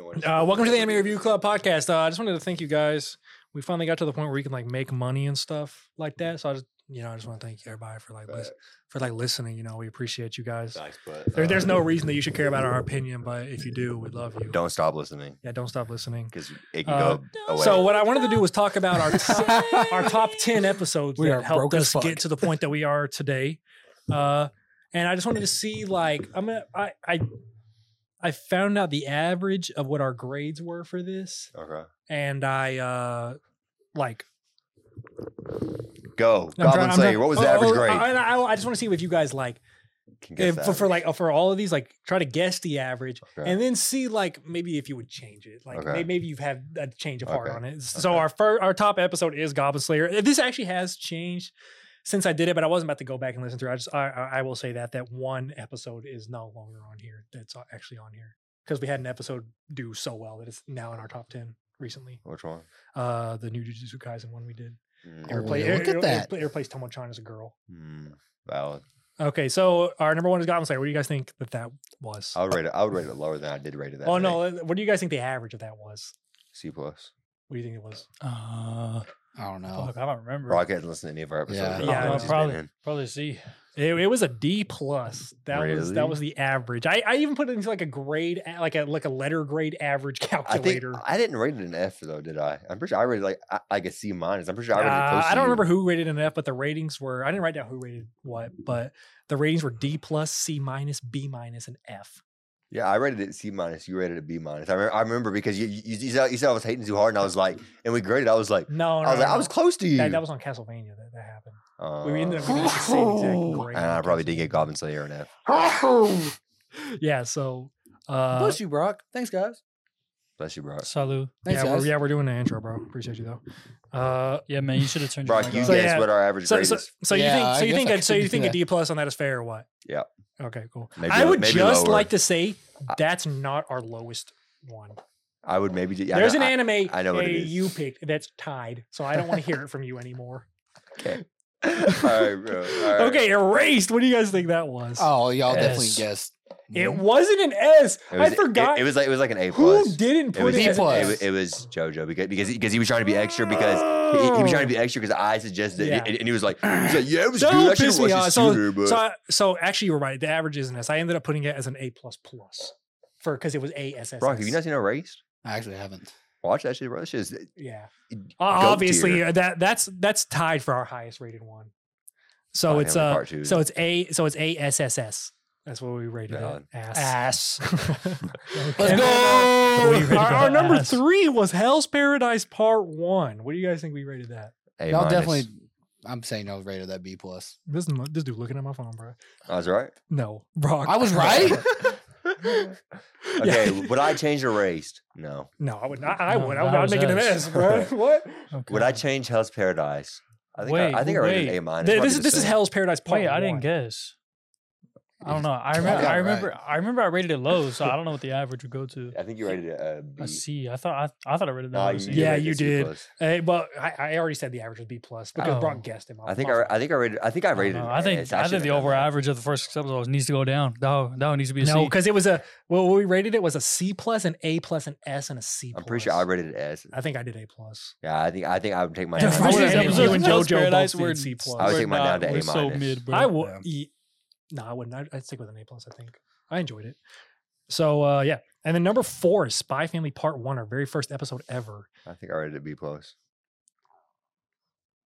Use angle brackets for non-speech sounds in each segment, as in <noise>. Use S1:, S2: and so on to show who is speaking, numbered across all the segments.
S1: Uh, welcome to the Anime Review Club podcast. Uh, I just wanted to thank you guys. We finally got to the point where you can like make money and stuff like that. So I just, you know, I just want to thank everybody for like lis- for like listening. You know, we appreciate you guys.
S2: Facts, but
S1: There,
S2: uh,
S1: there's no reason that you should care about our opinion, but if you do, we love you.
S2: Don't stop listening
S1: Yeah, don't stop listening.
S2: because it can
S1: Uh,
S2: go away.
S1: So what I wanted <laughs> to do was talk about our
S3: <laughs>
S1: top, our top ten episodes
S3: We are
S1: that helped
S3: broke as
S1: us
S3: fuck.
S1: get to the point that we are today. Uh, and I just wanted to see like I'm gonna, I I I found out the average of what our grades were for this,
S2: okay,
S1: and I uh like
S2: go
S1: I'm
S2: Goblin
S1: trying- I'm
S2: Slayer.
S1: trying-
S2: what was
S1: oh,
S2: the average
S1: oh,
S2: grade?
S1: I, I, I just want to see if you guys like
S2: Can guess
S1: if,
S2: the
S1: for, for
S2: average.
S1: like uh, for all of these like try to guess the average
S2: Okay.
S1: and then see like maybe if you would change it like
S2: Okay.
S1: may- maybe you've had a change of heart
S2: Okay.
S1: on it so
S2: Okay.
S1: our first our top episode is goblin slayer this actually has changed since i did it but i wasn't about to go back and listen to it i just i, I I will say that that one episode is no longer on here that's a- actually on here because we had an episode do so well that it's now in our top 10 recently
S2: which one?
S1: uh the new jujutsu kaisen one we did
S2: Mm,
S1: It
S3: Oh,
S1: replaced-
S3: look
S1: it- it-
S3: at
S1: it
S3: that.
S1: repla- it replaced tomo chan as a girl
S2: mm, valid.
S1: Okay, so our number one is Goblin Slayer. What do you guys think that that was?
S2: I would rate it. I would rate it lower than Oh, I did rate it. That
S1: oh
S2: day.
S1: no, uh, what do you guys think the average of that was?
S2: C plus.
S1: What do you think it was?
S3: Uh, I don't
S2: Oh,
S3: know.
S4: Fuck, I don't remember.
S2: Bro, I couldn't listen to any of our episodes.
S3: Yeah.
S2: that
S1: Yeah,
S2: I've
S1: no,
S2: just been
S4: probably.
S2: in.
S4: Probably C.
S1: It, it was a D plus. That was that
S2: Really?
S1: was the average. I, I even put it into like a grade, a- like a like a letter grade average <laughs>
S2: I think
S1: calculator.
S2: I didn't rate it an F though, did I? I'm pretty sure I rated like I, like a C minus. I'm pretty sure I rated it
S1: Uh,
S2: close.
S1: I
S2: to you.
S1: don't remember who rated an F, but the ratings were I didn't write down who rated what, but the ratings were D plus, C minus, B minus, and F.
S2: Yeah, I rated it C minus. You rated it B minus. I remember, I remember because you, you, you, said, you said I was hating too hard, and I was like, and we graded. I was like,
S1: No, Oh, no,
S2: I was like,
S1: no,
S2: I was
S1: no.
S2: close to you.
S1: That, that was on Castlevania that, that happened.
S2: uh,
S1: we ended
S3: Oh.
S1: up getting the same exact
S3: <laughs>
S1: grade.
S2: and I
S1: on
S2: probably did
S1: Castlevania.
S2: get Goblin Slayer an F.
S3: Uh,
S1: Yeah, so uh,
S3: Bless you, Brock. Thanks, guys.
S2: Bless you, bro.
S4: Salu.
S3: Thanks,
S1: yeah,
S3: guys.
S1: we're, yeah, we're doing the intro, bro. Appreciate you though. Uh,
S4: Yeah, man, you should have turned. your
S2: Brock,
S4: mic
S2: you
S4: off.
S1: So,
S2: guessed
S1: yeah.
S2: what our average
S1: so,
S2: grade
S1: so,
S2: is.
S1: so
S3: Yeah,
S1: you think so you think
S3: I guess I
S1: that, so
S3: could
S1: you
S3: do
S1: think a
S3: that.
S1: D plus on that is fair or what?
S2: Yeah.
S1: Okay, cool.
S2: Maybe
S1: I
S2: lo-
S1: would
S2: maybe
S1: just
S2: lower.
S1: like to say that's not our lowest one.
S2: I would maybe. do- Yeah, I
S1: There's
S2: know-
S1: an
S2: I-
S1: anime
S2: I know what it
S1: uh,
S2: is.
S1: you picked that's tied, so I don't want to hear it from you
S2: <laughs>
S1: anymore.
S2: All right, bro. all right.
S1: Okay, erased. What do you guys think that was?
S3: Oh, y'all definitely
S1: Yes.
S3: guessed.
S1: It wasn't an S.
S2: It was-
S1: I
S2: it-
S1: forgot.
S2: It, was like it was like an A
S1: Who
S2: plus.
S1: didn't
S2: It
S1: put
S2: was,
S1: it?
S3: B
S1: as an
S3: plus.
S2: it, was-
S1: S?
S2: it was JoJo because because he, because he was trying to be extra because he, he was trying to be extra because I suggested it,
S1: Oh. Yeah.
S2: and, and he was
S1: <clears throat>
S2: like, he was like, yeah, it was
S1: Don't
S2: good. I
S1: piss
S2: should
S1: me
S2: watch
S1: off.
S2: it
S1: So-
S2: sooner, but
S1: <gasps> So, I, so actually, you're right. The average isn't S. I ended up putting it as an A plus plus for because it was A S S.
S2: Brock, have you not seen Erased?
S3: I actually haven't.
S2: Watch that shit, bro. That shit is
S1: Yeah.
S2: Goat
S1: Obviously,
S2: tier.
S1: uh, that that's that's tied for our highest rated one. So
S2: Oh,
S1: it's
S2: Hamlet
S1: uh,
S2: Part Two.
S1: so it's A, so it's A S S S. That's what we rated it.
S2: Valid.
S1: <laughs> Ass.
S4: ass.
S3: Let's
S1: And uh,
S3: go.
S4: We rated
S1: Our, our
S4: it
S1: number
S4: ass.
S1: three was Hell's Paradise Part One. What do you guys think we rated that?
S2: A
S3: Y'all
S2: minus.
S3: definitely. I'm saying no rated that B plus.
S1: This mo- this dude looking at my phone, bro.
S2: I was
S1: <laughs>
S2: right.
S1: No, Brock. <laughs>
S3: I was right.
S2: Okay, would I change Erased? No.
S1: No, I would not. I
S4: No,
S1: would. I would
S4: that
S1: not
S4: was
S1: make it an
S4: us.
S1: S,
S4: <laughs>
S1: bro. what?
S4: Okay.
S2: Would I change Hell's Paradise? I think
S4: Wait,
S2: I, I think I rated
S4: wait.
S2: A minus.
S1: Th-
S2: Might be
S1: This is
S2: the
S1: this is
S2: same.
S1: Hell's Paradise Part
S4: Wait, I didn't
S1: One.
S4: guess. I don't know. I
S2: <laughs>
S3: Yeah,
S4: remember.
S3: right.
S4: I remember. I remember. I rated it low, so I don't know what the average would go to.
S2: I think you rated it a B.
S4: A C. I thought. I, I thought I rated it.
S2: No,
S4: low
S2: you-
S4: as a
S2: you
S1: Yeah,
S2: rated
S1: you
S2: a C
S1: did.
S2: plus.
S1: Hey, but I, I already said the average was B plus because
S4: Oh.
S1: Brock guessed him.
S2: I think
S1: off
S2: I,
S1: of
S2: I think I rated. I think I
S4: I, don't
S2: rated.
S4: know.
S2: it
S4: I think.
S2: S.
S4: I think
S2: should've
S4: the
S2: done
S4: overall
S2: that.
S4: average of the first six episodes needs to go down. That that one needs to be a C.
S1: no, because it was a well, we rated it was a C plus, an A plus, an S, and a C.
S2: I'm pretty sure I
S1: plus.
S2: rated it S.
S1: I think I did A
S2: <laughs>
S1: plus.
S2: Yeah, I think I think I would take my.
S1: The <laughs>
S2: down.
S1: first
S2: I
S1: six
S2: would've-
S1: episodes
S2: you
S1: you
S2: and
S1: and
S4: Hell's
S1: JoJo
S4: Paradise
S1: both did
S4: were-
S1: C plus.
S2: I would
S4: were
S2: take mine down
S4: not-
S2: to A
S4: were So
S2: minus.
S4: mid, bro.
S1: I would.
S3: Yeah.
S1: ye- No, I wouldn't. I'd, I'd stick with an A plus. I think I enjoyed it. So uh, yeah, and then number four is Spy Family Part One, our very first episode ever.
S2: I think I rated it B plus.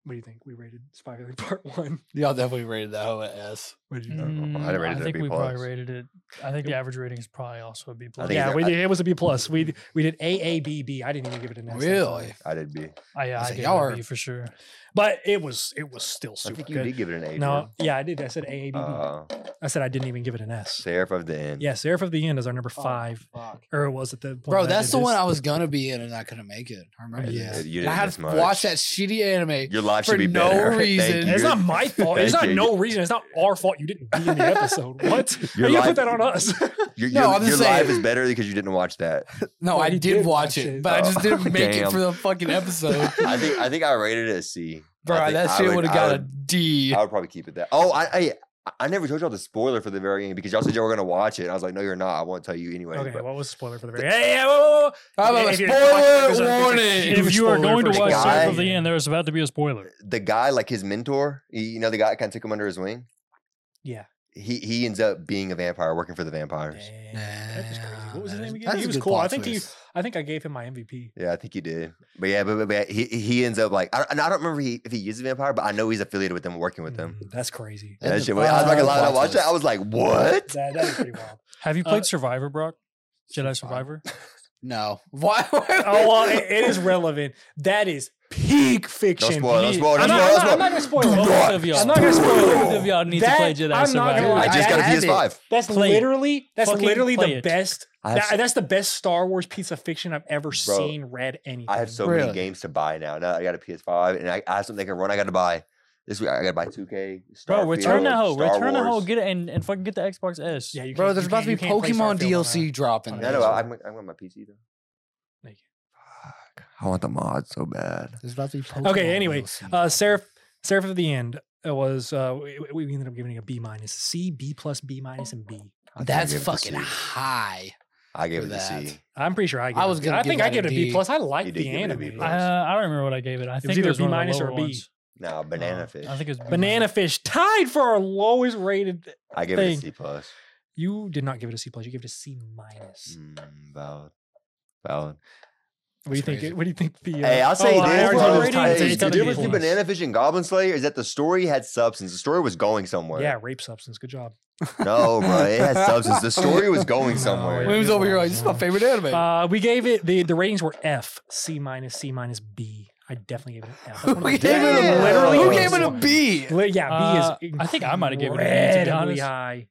S1: What do you think we rated Spy Family <laughs> Part One?
S3: Y'all definitely rated that whole at S.
S1: What did you think?
S2: don't know. I'd
S4: Mm,
S2: have rated it
S4: I
S2: a
S4: think
S2: B
S4: we probably
S2: plus.
S4: rated it. I think the average rating is probably also a B plus.
S2: think
S1: yeah,
S2: it's a-
S1: we
S2: I-
S1: did, it was a B plus. We we did A A B B. I didn't even give it an S. that time.
S3: Really?
S2: I did B.
S4: I, yeah,
S3: I
S4: I
S3: said,
S4: gave
S3: y'all
S4: it a
S3: are-
S4: B for sure.
S1: But it was it was still
S2: I
S1: super
S2: think you
S1: good.
S2: did give it an A.
S1: No,
S2: bro.
S1: yeah, I did. I said AABB.
S2: Uh,
S1: I said I didn't even give it an S.
S2: Seraph of the End.
S1: Yeah, Seraph of the End is our number five,
S3: Fuck.
S1: or it was at the point
S3: Oh. Bro,
S1: that I
S3: that's
S1: did
S3: the one
S1: this.
S3: I was gonna be in and I couldn't make it. I remember
S1: Yeah.
S3: this.
S2: You
S3: And I
S2: didn't
S3: had
S2: miss
S3: to
S2: much.
S3: watch that shitty anime.
S2: Your life
S3: For
S2: should be
S3: no
S2: better. <laughs>
S3: reason.
S2: Thank
S1: It's
S2: you.
S1: not <laughs> my
S3: <laughs>
S1: fault. It's
S2: Thank
S1: not
S2: you.
S1: no reason. It's not our fault. You didn't be in the
S3: <laughs>
S1: episode. What?
S2: Your
S1: you
S2: life-
S1: put that on us.
S2: Your,
S3: No,
S2: your-
S3: I'm just
S2: your
S3: saying.
S2: life is better because you didn't watch that.
S3: No,
S1: Well,
S3: I
S1: you
S3: did, watch it, but I just
S2: Oh,
S3: didn't make it
S2: damn.
S3: for the fucking episode.
S2: <laughs> I think I think I rated it a C. I
S3: Bro,
S2: think
S3: that
S2: I
S3: shit
S2: would-
S3: would have
S2: I
S3: got a
S2: would-
S3: D.
S2: I would probably keep it that. Oh, I I, I- I never told y'all the spoiler for the very end because y'all said y'all were gonna watch it. and I was like, no, you're not. I won't tell you anyway.
S1: Okay,
S2: but-
S1: what was the spoiler for
S3: <laughs>
S1: the very? Hey, yeah, whoa, whoa, whoa.
S3: How
S1: Yeah,
S3: about
S1: if
S3: a
S1: you're gonna watch it, there's a-
S3: spoiler
S1: there's a
S3: warning?
S1: huge-
S4: If you are
S1: spoiler
S4: going to
S1: for
S4: watch
S2: guy.
S4: Circle of the End, there is about to be a spoiler.
S2: the guy, like his mentor, y- you know, the guy that kind of took him under his wing.
S1: Yeah.
S2: He he ends up being a vampire, working for the vampires.
S1: Dang, that was crazy. What was his
S3: Damn,
S1: name again?
S3: that
S1: He
S3: is a
S1: was
S3: good
S1: cool. I
S3: plot
S1: think he,
S3: twist.
S1: I think I gave him my MVP.
S2: Yeah, I think he did. But yeah, but, but, but he he ends up like I don't, and I don't remember he, if he is a vampire, but I know he's affiliated with them, working with them.
S1: Mm, that's crazy.
S2: And
S3: That's
S2: that shit,
S3: a
S2: was- I was like, a
S3: plot
S2: lot. I watched that. I
S3: twist.
S2: was like, what?
S1: That, that was pretty wild.
S4: Have you
S1: Uh,
S4: played Survivor, Brock? Jedi Survivor?
S3: Survivor. No. Why?
S1: oh well,
S3: <laughs>
S1: it- it is relevant. That is peak
S2: Don't
S1: fiction.
S2: spoil. Don't
S1: peak-
S2: spoil.
S1: I'm
S2: Don't
S1: not-
S2: spoil.
S1: I'm not- I'm not
S2: Don't
S1: gonna
S2: spoil.
S1: spoil it.
S2: Do
S1: Both
S2: not
S4: of y'all.
S1: I'm not gonna
S4: Both
S1: spoil it.
S4: of y'all need to
S1: That-
S4: play Jedi
S1: I'm not gonna
S4: Survivor.
S1: lie.
S2: I just got a
S3: I have
S2: PS5.
S1: That's
S4: Play it.
S1: literally that's
S4: Fucking
S1: literally
S4: play
S1: the
S4: it.
S1: best.
S2: I have,
S1: That, that's the best Star Wars piece of fiction I've ever seen, read, anything.
S2: I have so many
S3: Really?
S2: games to buy now. Now I got a PS5, and I, I have something I can run. I got to buy this week. I got to buy 2K.
S4: Bro, return
S2: Starfield,
S4: that hoe.
S2: Star
S4: Return that hoe.
S2: Wars.
S4: Get it and, and fucking get the Xbox S.
S1: Yeah, you
S3: Bro,
S1: can't-
S3: there's
S1: you
S3: about to be
S1: can't- you can't play
S3: Pokemon
S1: Starfield on
S3: DLC
S1: a-
S3: dropping.
S1: on
S2: No,
S1: an
S2: no,
S1: Xbox.
S2: I- I'm, I'm on my PC though.
S1: Thank you.
S2: Fuck. I want the mod so bad.
S3: There's about to be Pokemon
S1: Okay, anyway,
S3: DLC.
S1: uh, Seraph, Seraph of the End uh, was uh, we, we- we ended up giving it a B minus, C, B plus, B minus, and B.
S2: I think I
S3: that's
S2: gave it a
S3: fucking
S2: C.
S3: high.
S2: I gave
S3: for
S2: it a
S3: that.
S2: C.
S1: I'm pretty sure I. Gave
S3: I
S1: it a
S3: was
S1: B.
S3: gonna
S1: I
S3: give
S1: think I
S3: that a
S1: gave it a B
S3: D.
S1: plus. I like
S2: You did
S1: the
S2: give it a B
S1: anime.
S2: plus.
S4: Uh, I don't remember what I gave it. I think
S1: either
S4: it was
S1: B
S4: one of the
S1: minus or
S4: lower
S1: B.
S4: ones.
S2: No, banana
S4: Uh,
S2: fish.
S4: I think it was
S1: Banana Fish tied for our lowest rated.
S2: I gave it a
S1: thing.
S2: C plus.
S1: You did not give it a C plus. You gave it a C minus.
S2: Mm, valid. Valid.
S1: What do you
S3: That's
S1: think?
S3: crazy.
S1: What do you think? The uh,
S2: Hey, I'll say
S1: oh, I
S2: this.
S1: already
S2: bro.
S1: told you it was tied.
S2: Hey,
S1: It's
S4: It's
S2: The
S1: gotta
S4: gotta
S1: be a
S2: difference
S1: B
S2: between
S1: plus.
S2: Banana Fish and Goblin Slayer is that the story had substance. The story was going somewhere.
S1: Yeah, rape substance. Good job.
S2: No, bro. It
S1: <laughs>
S2: had substance. The story was going
S1: No,
S2: somewhere.
S1: it-
S3: William's over here like, this is my
S1: Yeah.
S3: favorite anime.
S1: Uh, we gave it the the ratings were F, C minus, C minus, B. I definitely gave it an F. That's
S3: <laughs>
S1: one of
S3: who
S1: the
S3: gave it a
S1: damn- literally
S3: Who
S1: the
S3: gave it a
S1: lowest
S3: B?
S1: one. Li- Yeah, B is.
S4: Uh, I think I mighta gave it a B, to be
S1: incredibly
S4: honest.
S1: High.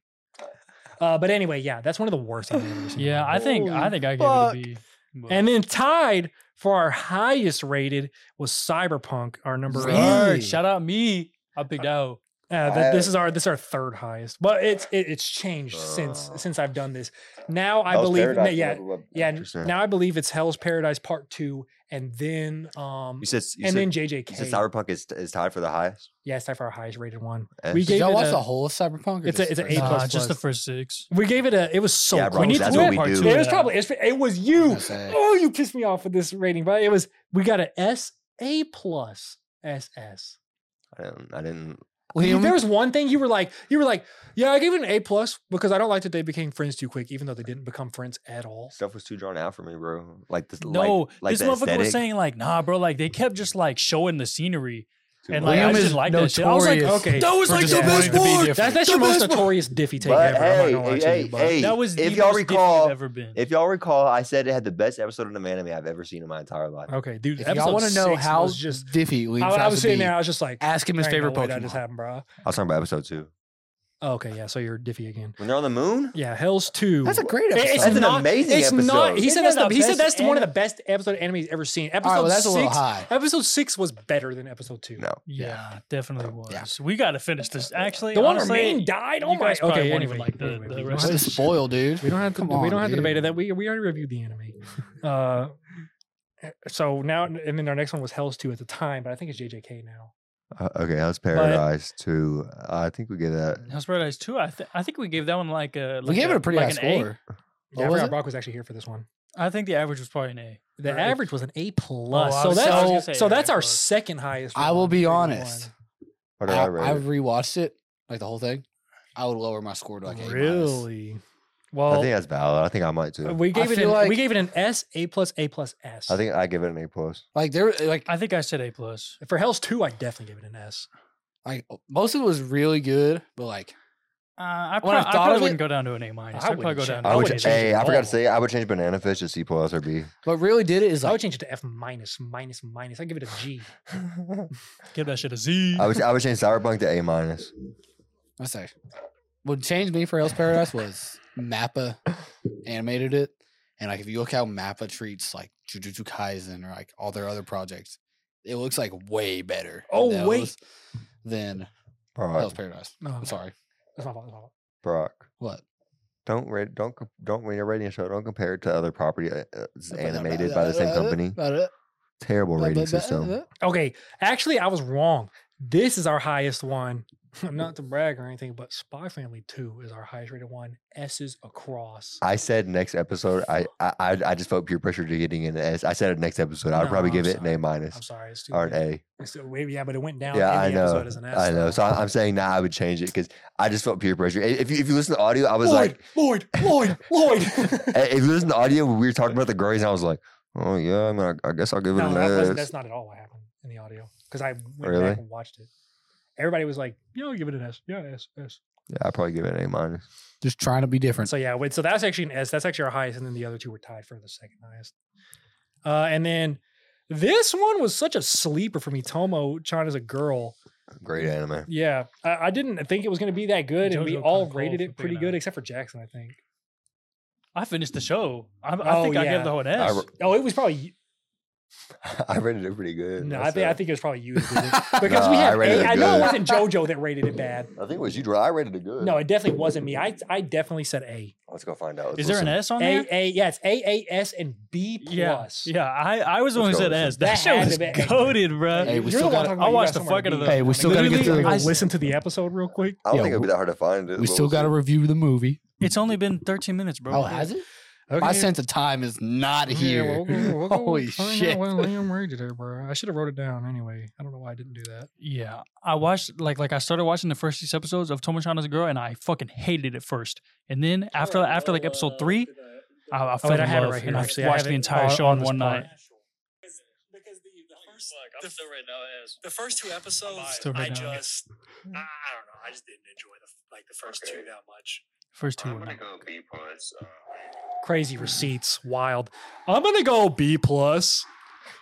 S1: Uh, but anyway, yeah, that's one of the worst. I've ever seen.
S4: Yeah, I think I
S3: Holy
S4: think I gave
S3: fuck.
S4: it a B. but-
S1: And then tied for our highest rated was Cyberpunk, our number.
S3: Really?
S1: Uh,
S4: Word,
S3: B.
S4: shout out me. I picked out.
S1: th- this is our this is our third highest, but it's it, it's changed since
S2: Uh.
S1: since I've done this. Now I believe, no, yeah, yeah. n- Now I believe it's Hell's Paradise Part Two, and then um
S2: you said you
S1: and
S2: said,
S1: then
S2: you said
S1: JJK.
S2: Cyberpunk is, is tied for the highest.
S1: yeah, it's time for our highest rated one.
S2: Eh?
S1: We
S3: Did
S1: gave
S3: y'all
S1: it
S3: watch
S1: a-
S3: the whole of Cyberpunk? or
S1: It's a-
S3: just
S1: it's
S3: the
S1: a
S3: first
S1: A
S3: one?
S1: plus
S4: Nah, just the
S1: plus.
S4: first six.
S1: We gave it a. It was so.
S2: Yeah,
S1: close.
S2: bro,
S1: we need
S2: that's
S1: to
S2: what
S1: do
S2: we
S1: part
S2: do.
S1: two. It was
S4: Yeah.
S1: probably. It's, it was
S3: I
S1: you.
S3: was gonna say.
S1: Oh, you pissed me off with this rating, but it was we got a S A plus SS.
S2: I didn't. I didn't
S1: You-
S3: Liam,
S1: There was one thing you were like, you were like, yeah, I gave it an A plus because I don't like that they became friends too quick, even though they didn't become friends at all.
S2: stuff was too drawn out for me, bro. Like this.
S4: No,
S2: like, like
S4: this
S2: the
S4: motherfucker
S2: aesthetic,
S4: was saying like, nah, bro. Like they kept just like showing the scenery,
S2: too
S4: and
S2: much.
S4: like I
S3: Liam
S4: just
S3: is
S4: didn't like that shit. I was like,
S3: notorious
S4: okay,
S3: That
S4: was
S3: like the best one.
S1: That's, that's your
S3: The
S1: most
S3: best one.
S1: notorious Diffy take
S2: But
S1: ever. I'm
S2: hey,
S1: not gonna lie
S2: hey,
S1: to
S2: hey,
S1: you, but
S2: hey,
S4: That
S2: if
S4: was the
S2: y'all
S4: most dippy
S2: recall,
S4: I've ever been.
S2: if y'all recall, I said it had the best episode of an anime I've ever seen in my entire life.
S1: okay, dude.
S3: if y'all
S1: want to
S3: know how
S1: just
S3: Diffy Liam
S1: I, I
S3: tries
S1: was
S3: to
S1: sitting
S3: be,
S1: there, I was just like,
S3: ask him his
S1: "Ain't no
S3: favorite
S1: way That just
S3: Pokemon.
S1: happened, bro.
S2: I was talking about episode two.
S1: Okay, yeah. So you're Diffy again.
S2: When they're on the moon,
S1: Yeah, Hell's Two.
S3: That's a great
S1: It-
S3: episode.
S1: It's
S2: That's an
S1: not,
S2: amazing
S1: it's Not,
S2: episode.
S1: he
S4: Isn't
S1: said that's
S4: that
S1: the,
S4: the
S1: he said
S4: best
S1: that's the, one of the
S4: anime?
S1: best episode of anime he's ever seen. Episode
S3: All right, well, that's
S1: six.
S3: a little high.
S1: Episode six was better than episode two.
S2: no.
S4: yeah, definitely was.
S3: Yeah.
S4: We got to finish this. Actually,
S1: The one where
S4: honestly,
S1: Ming died. Oh
S4: you
S1: my.
S4: guys probably
S1: Okay.
S4: won't
S1: Anyway,
S4: even like the-
S1: anyway,
S4: the
S1: we-
S4: rest
S3: What
S4: of
S3: a spoil, dude.
S1: We don't have to.
S3: Come
S1: we don't
S3: on,
S1: have to debate
S3: dude.
S1: it. That we we already reviewed the anime.
S3: <laughs>
S1: Uh, so now and then our next one was Hell's Two at the time, but I think it's JJK now.
S2: Uh, okay, How's Paradise two? I think we get that.
S4: House Paradise Two. I th- I think we gave that one like a.
S3: We
S4: like
S1: uh,
S3: gave it a pretty
S4: like
S3: high
S4: an A.
S3: score. What
S1: Yeah, I
S3: was
S1: forgot
S3: it?
S1: Brock was actually here for this one.
S4: I think the average was probably an A.
S1: The
S4: Right.
S1: average was an
S3: Oh,
S1: A plus.
S4: I
S1: so
S4: was- I was gonna
S1: that's
S4: say
S1: so
S4: an A
S1: that's our
S4: plus.
S1: second highest.
S3: I will
S1: one,
S3: be
S1: rated
S3: honest.
S1: one.
S2: What did
S3: I,
S2: I,
S3: I
S2: rate it?
S3: rewatched it, like the whole thing. I would lower my score to like A minus.
S1: Really?
S2: I
S1: Well,
S2: think that's valid. I think I might too.
S1: we gave it
S3: feel
S1: an, we
S3: like-
S1: gave it an S, A plus, A plus S.
S2: I think I give it an A plus.
S3: Like there, like
S4: I think I said A plus.
S1: for Hell's Two, I definitely gave it an S.
S3: like most of it was really good, but like
S4: Uh,
S3: When I
S4: I, prob- I
S3: thought
S4: probably
S3: of
S4: wouldn't
S3: it-
S4: go down to an A minus.
S1: I
S4: I'd probably
S1: wouldn't
S4: go
S1: change-
S4: down.
S1: I
S2: I
S4: to
S2: would.
S1: wouldn't
S2: ch-
S4: an
S1: change
S2: Hey,
S1: it
S2: I
S1: at
S2: forgot
S1: all.
S2: to say. I would change Banana Fish to C plus or <laughs> B.
S3: what really did it is
S1: I
S3: like
S1: would change it to F minus, minus, minus. I give it a G.
S4: Give that shit a Z.
S2: I would. I would change Cyberpunk to A minus.
S3: I say what changed me for Hell's Paradise was Mappa animated it, and like if you look how Mappa treats like Jujutsu Kaisen or like all their other projects, it looks like way better. than
S1: Oh, wait.
S3: those than Hell's
S1: Oh.
S2: Brock.
S3: Paradise.
S1: No,
S3: I'm sorry.
S1: That's my fault. That's my fault.
S2: Brock.
S3: What?
S2: Don't rate. Don't com- don't when you're rating a show. Don't compare it to other property uh, uh, it's animated by the same company. Terrible rating system.
S1: Okay, actually, I was wrong. This is our highest one. <laughs> not to brag or anything, but Spy Family 2 is our highest rated one. S's across.
S2: I said next episode. I I I- I just felt peer pressure to getting an S. I said it next episode. I'd
S1: No,
S2: probably
S1: I'm
S2: give it an
S1: sorry.
S2: A minus
S1: I'm sorry. It's too
S2: or an
S1: big.
S2: A.
S1: It's too- wait, yeah, but it went down
S2: Yeah,
S1: in
S2: I
S1: the
S2: know.
S1: episode as an S.
S2: I know.
S1: though.
S2: So I- I'm saying now I would change it because I just felt peer pressure. I- If you if you listen to audio, I was like,
S1: Lloyd,
S2: <laughs>
S1: Lloyd, Lloyd, Lloyd.
S2: I- if you listen to audio, we were
S1: <laughs>
S2: talking about the grades. And I was like, oh yeah, I mean, I, I guess I'll give it
S1: no,
S2: an
S1: that wasn't,
S2: S.
S1: that's not at all what happened in the audio because I went
S2: Really?
S1: back and watched it. Everybody was like, "Yeah, I'll give it an S. Yeah, S, S."
S2: Yeah, I'd probably give it an A minus.
S3: Just trying to be different.
S2: <laughs>
S1: So yeah, wait, so that's actually an S. That's actually our highest, and then the other two were tied for the second highest. Uh, and then this one was such a sleeper for me. Tomo China's a girl.
S2: Great anime. <laughs>
S1: Yeah, I, I didn't think it was going to be that good, and we
S4: Jojo
S1: all
S4: Kunko
S1: rated
S4: for
S1: it pretty
S4: picking that.
S1: good, except for Jackson, I think.
S4: I finished the show. I, I
S1: Oh,
S4: think I
S1: yeah.
S4: gave the whole an
S2: I
S4: S.
S2: re-
S1: Oh, it was probably
S2: I rated it pretty good.
S1: no. I think I
S2: myself.
S1: think it was probably you that did it.
S3: <laughs>
S1: because we
S2: Nah, I
S1: had.
S2: rated
S1: eight-
S2: it
S1: I know it
S2: good.
S1: wasn't JoJo that rated it bad.
S2: I think it was you. Dre. I rated it good.
S1: No, it definitely wasn't me. I I definitely said A.
S2: let's go find out. Let's
S4: Is there an
S2: listen.
S4: S on
S1: A
S4: there?
S1: A yeah, it's A A S and B
S4: yeah,
S1: plus.
S4: yeah. I, I was the one who
S2: Let's
S4: said
S2: go
S4: S.
S2: listen.
S4: That,
S1: That
S4: show
S1: had to
S4: was
S1: be A.
S4: goaded, bro.
S3: Hey,
S1: You're
S3: we
S1: the
S3: still
S1: one
S3: gotta-
S1: talking
S4: I
S1: about you got
S4: watched the
S1: somewhere
S4: fuck out of
S1: to
S4: the-
S1: be.
S3: Hey, we still gotta get
S1: Literally,
S3: through.
S1: I
S4: I-
S1: listen to the episode real quick.
S2: I don't
S3: Yeah,
S2: think it'd be that hard to find. it,
S3: We
S2: but
S3: still
S2: we'll
S3: got to
S2: see.
S3: review the movie.
S4: It's only been 13 minutes, bro.
S3: oh, has it? My sense of time is not here. Holy shit!
S1: Liam rated it, bro. I should have wrote it down anyway. I don't know why I didn't do that.
S4: Yeah, I watched like like I started watching the first six episodes of Tomochana's Girl, and I fucking hated it first. And then after after like episode three, I, I
S1: Oh,
S4: fell
S1: wait,
S4: in
S1: I had it
S4: love,
S1: right here,
S4: and I
S1: actually. I
S4: watched
S1: have
S4: the
S1: it
S4: entire
S1: on-
S4: show
S1: on
S4: in
S1: the
S4: one
S1: spot.
S4: night.
S5: because the, the first the, the first two episodes
S4: Still
S5: I
S4: right now, I guess.
S5: just I, I don't know I just didn't enjoy the f- like the first two that much.
S4: First two were not.
S1: Crazy receipts, wild. I'm gonna go B plus.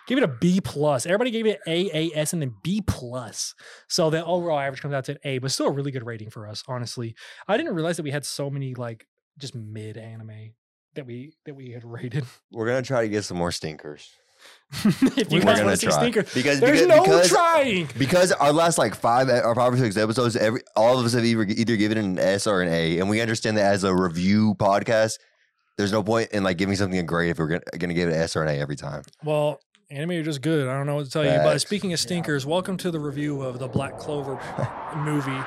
S1: Give it a B plus. Everybody gave it A A S and then B plus. So the overall average comes out to an A, but still a really good rating for us. Honestly, I didn't realize that we had so many like just mid anime that we that we had rated. <laughs>
S2: We're gonna try to get some more stinkers.
S1: if you
S2: We're
S1: guys
S2: gonna
S1: want to see
S2: try.
S1: stinker,
S2: because
S1: there's
S2: because,
S1: no
S2: because,
S1: trying.
S2: because our last like five e- or five or six episodes, every all of us have either, either given it an S or an A, and we understand that as a review podcast, there's no point in like giving something a grade if we're gonna, gonna give it an S or an A every time.
S1: Well, anime are just good. I don't know what to tell you. But
S2: Facts.
S1: speaking of stinkers, welcome to the review of the Black Clover movie.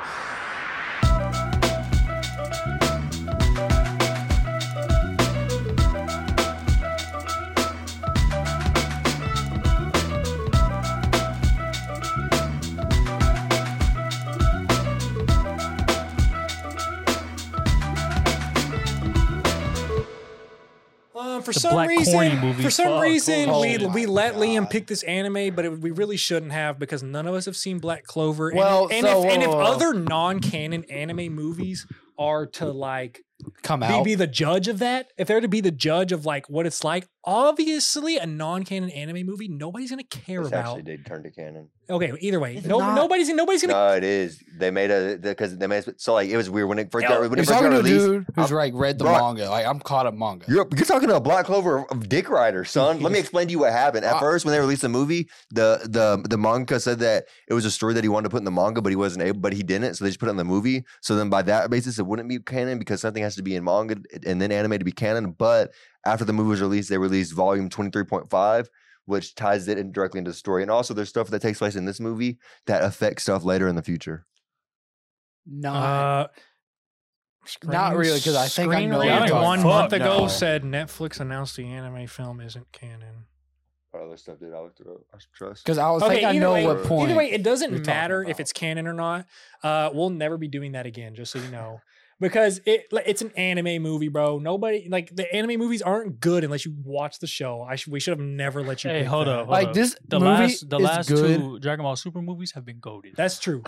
S1: Um, for
S4: The
S1: some
S4: Black Corny
S1: reason,
S4: movie.
S1: for some
S4: Fuck,
S1: reason,
S4: holy
S1: we
S4: shit.
S1: we
S3: my
S1: let Liam
S3: God.
S1: pick this anime, but it, we really shouldn't have because none of us have seen Black Clover. And
S3: Well,
S1: if- and,
S3: so, uh,
S1: if, and if
S3: whoa, whoa, whoa.
S1: other non-canon anime movies are to like
S3: Come
S1: be,
S3: out.
S1: be the judge of that, if they're to be the judge of like what it's like, obviously a non-canon anime movie, nobody's gonna care
S2: This
S1: about.
S2: did turn to canon.
S1: Okay, either way,
S3: It's
S1: no,
S3: not-
S1: nobody's nobody's gonna.
S2: No, it is. They made a because they made so like it was weird when it first got, when
S3: You're
S2: it first got
S3: talking to a
S2: released.
S3: dude who's like read the
S2: Bro-
S3: manga. Like I'm caught up manga.
S2: You're, you're talking to a Black Clover of Dick Rider, son.
S3: <laughs>
S2: Let me explain to you what happened. At
S3: Uh,
S2: first, when they released the movie, the the the manga said that it was a story that he wanted to put in the manga, but he wasn't able, but he didn't, so they just put it in the movie. So then, by that basis, it wouldn't be canon because something has to be in manga and then anime to be canon. But after the movie was released, they released Volume Twenty Three Point Five, which ties it in directly into the story, and also there's stuff that takes place in this movie that affects stuff later in the future.
S3: Not
S1: Uh,
S3: Not really, 'cause I think I
S1: Screen
S3: know what
S1: Rant
S4: you're talking
S1: Uh, one
S4: about.
S1: month
S3: Fuck
S1: ago
S3: no.
S1: said Netflix announced the anime film isn't canon.
S2: Or other stuff that I would throw, I trust.
S3: because I was
S1: Okay,
S3: think I
S1: either
S3: know
S1: way-
S3: what point.
S1: Either way, it
S3: you're
S1: doesn't
S3: talking
S1: matter if
S3: about.
S1: it's canon or not. Uh, we'll never be doing that again, just so you know, because it like, it's an anime movie, bro. Nobody like the anime movies aren't good unless you watch the show. I should we should have never let you.
S4: Hey,
S1: pick
S4: hold
S1: that.
S4: up, hold
S3: like
S4: up.
S3: this
S4: The
S3: movie
S4: last the
S3: is
S4: last
S3: good.
S4: two Dragon Ball Super movies have been goaded.
S1: That's true.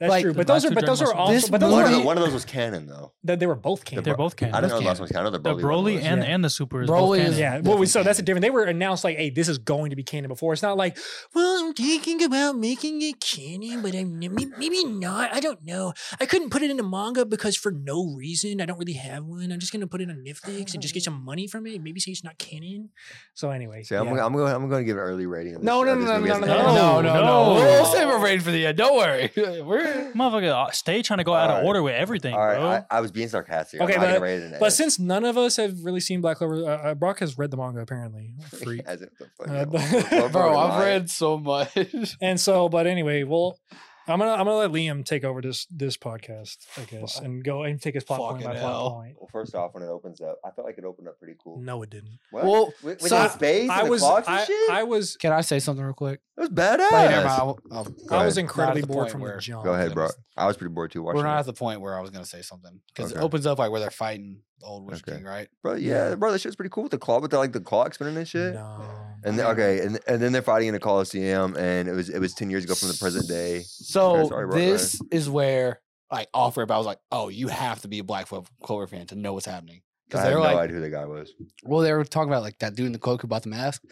S1: That's
S3: <gasps> Like,
S1: true.
S4: the
S1: But those
S4: last
S1: are
S4: two
S1: but those
S4: Dragon
S1: are
S4: Ball
S1: also
S3: This
S1: but those
S2: one, of the-
S1: are
S3: movie-
S2: one of those was canon though.
S1: they, they were both canon.
S4: They're both
S2: I
S4: canon.
S2: don't know the last one's canon. I know
S4: The
S2: Broly one
S4: Broly
S2: was.
S4: and
S1: Yeah.
S4: and the Super is
S3: Broly
S4: both
S3: is-
S4: canon.
S1: Yeah, well, we, so that's a different. They were announced like, "Hey, this is going to be canon." Before it's not like, "Well, I'm thinking about making it canon, but I'm n- may- maybe not. I don't know. I couldn't put it in the manga because for no reason. I don't really have one. I'm just gonna put it on Netflix and just get some money from it. Maybe say it's not canon." So anyway,
S2: See, I'm,
S1: yeah.
S2: gonna, I'm going. I'm going to give it an early rating. of
S1: No,
S2: this-
S1: no,
S2: of this
S1: no,
S2: movie
S1: no,
S2: as
S1: no,
S2: an
S1: no,
S2: anime.
S1: no.
S3: We'll save a rating for the end.
S1: <laughs>
S3: Don't worry. We're
S4: Motherfucker, uh, stay trying to go out
S2: Alright.
S4: of order with everything,
S2: All right,
S4: bro.
S2: I, I was being sarcastic.
S1: Okay,
S2: I'm not gonna
S1: but-
S2: rate it an
S1: But
S2: S.
S1: since none of us have really seen Black Clover, uh, uh, Brock has read the manga apparently.
S2: <laughs>
S1: Freak.
S2: As if the fuck <laughs>
S1: Uh,
S2: I'm-
S1: but-
S2: I'm fucking
S3: bro. I've
S2: lying.
S3: read so much.
S1: And so, but anyway, well, I'm gonna I'm gonna let Liam take over this this podcast, I guess,
S2: Fuck.
S1: and go and take his plot point
S3: Fucking
S1: by
S3: hell.
S1: plot point.
S2: Well, first off, when it opens up, I felt like it opened up pretty cool.
S1: No, it didn't.
S2: What?
S3: Well,
S2: with,
S3: so
S2: the spades
S1: I
S2: and
S1: was
S2: the clocks and
S1: I,
S2: shit.
S1: I was
S3: Can I say something real quick?
S2: it was badass.
S3: Wait, never mind. I will- oh,
S2: Go
S1: I
S2: ahead.
S1: was incredibly
S3: Not at the
S1: bored
S3: point
S1: from the
S3: where-
S1: jump.
S2: Go ahead, bro.
S3: goodness.
S2: I was pretty bored too watching.
S3: we're not
S2: it.
S3: at the point where I was gonna say something because it
S2: Okay.
S3: opens up like where they're fighting the old witch
S2: Okay.
S3: king, right?
S2: bro. Yeah, bro, that shit's pretty cool with the clock, with the, like the clock spinning and shit.
S1: No.
S2: And then, okay, and, and then they're fighting in a coliseum, and it was it was ten years ago from the present day.
S3: So
S2: sorry, bro.
S3: this is where like off rip, I was like, oh, you have to be a Black Clo- Clover fan to know what's happening
S2: I
S3: because
S2: have
S3: they're
S2: no
S3: like,
S2: idea who the guy was.
S3: well, they were talking about like that dude in the cloak who bought the mask,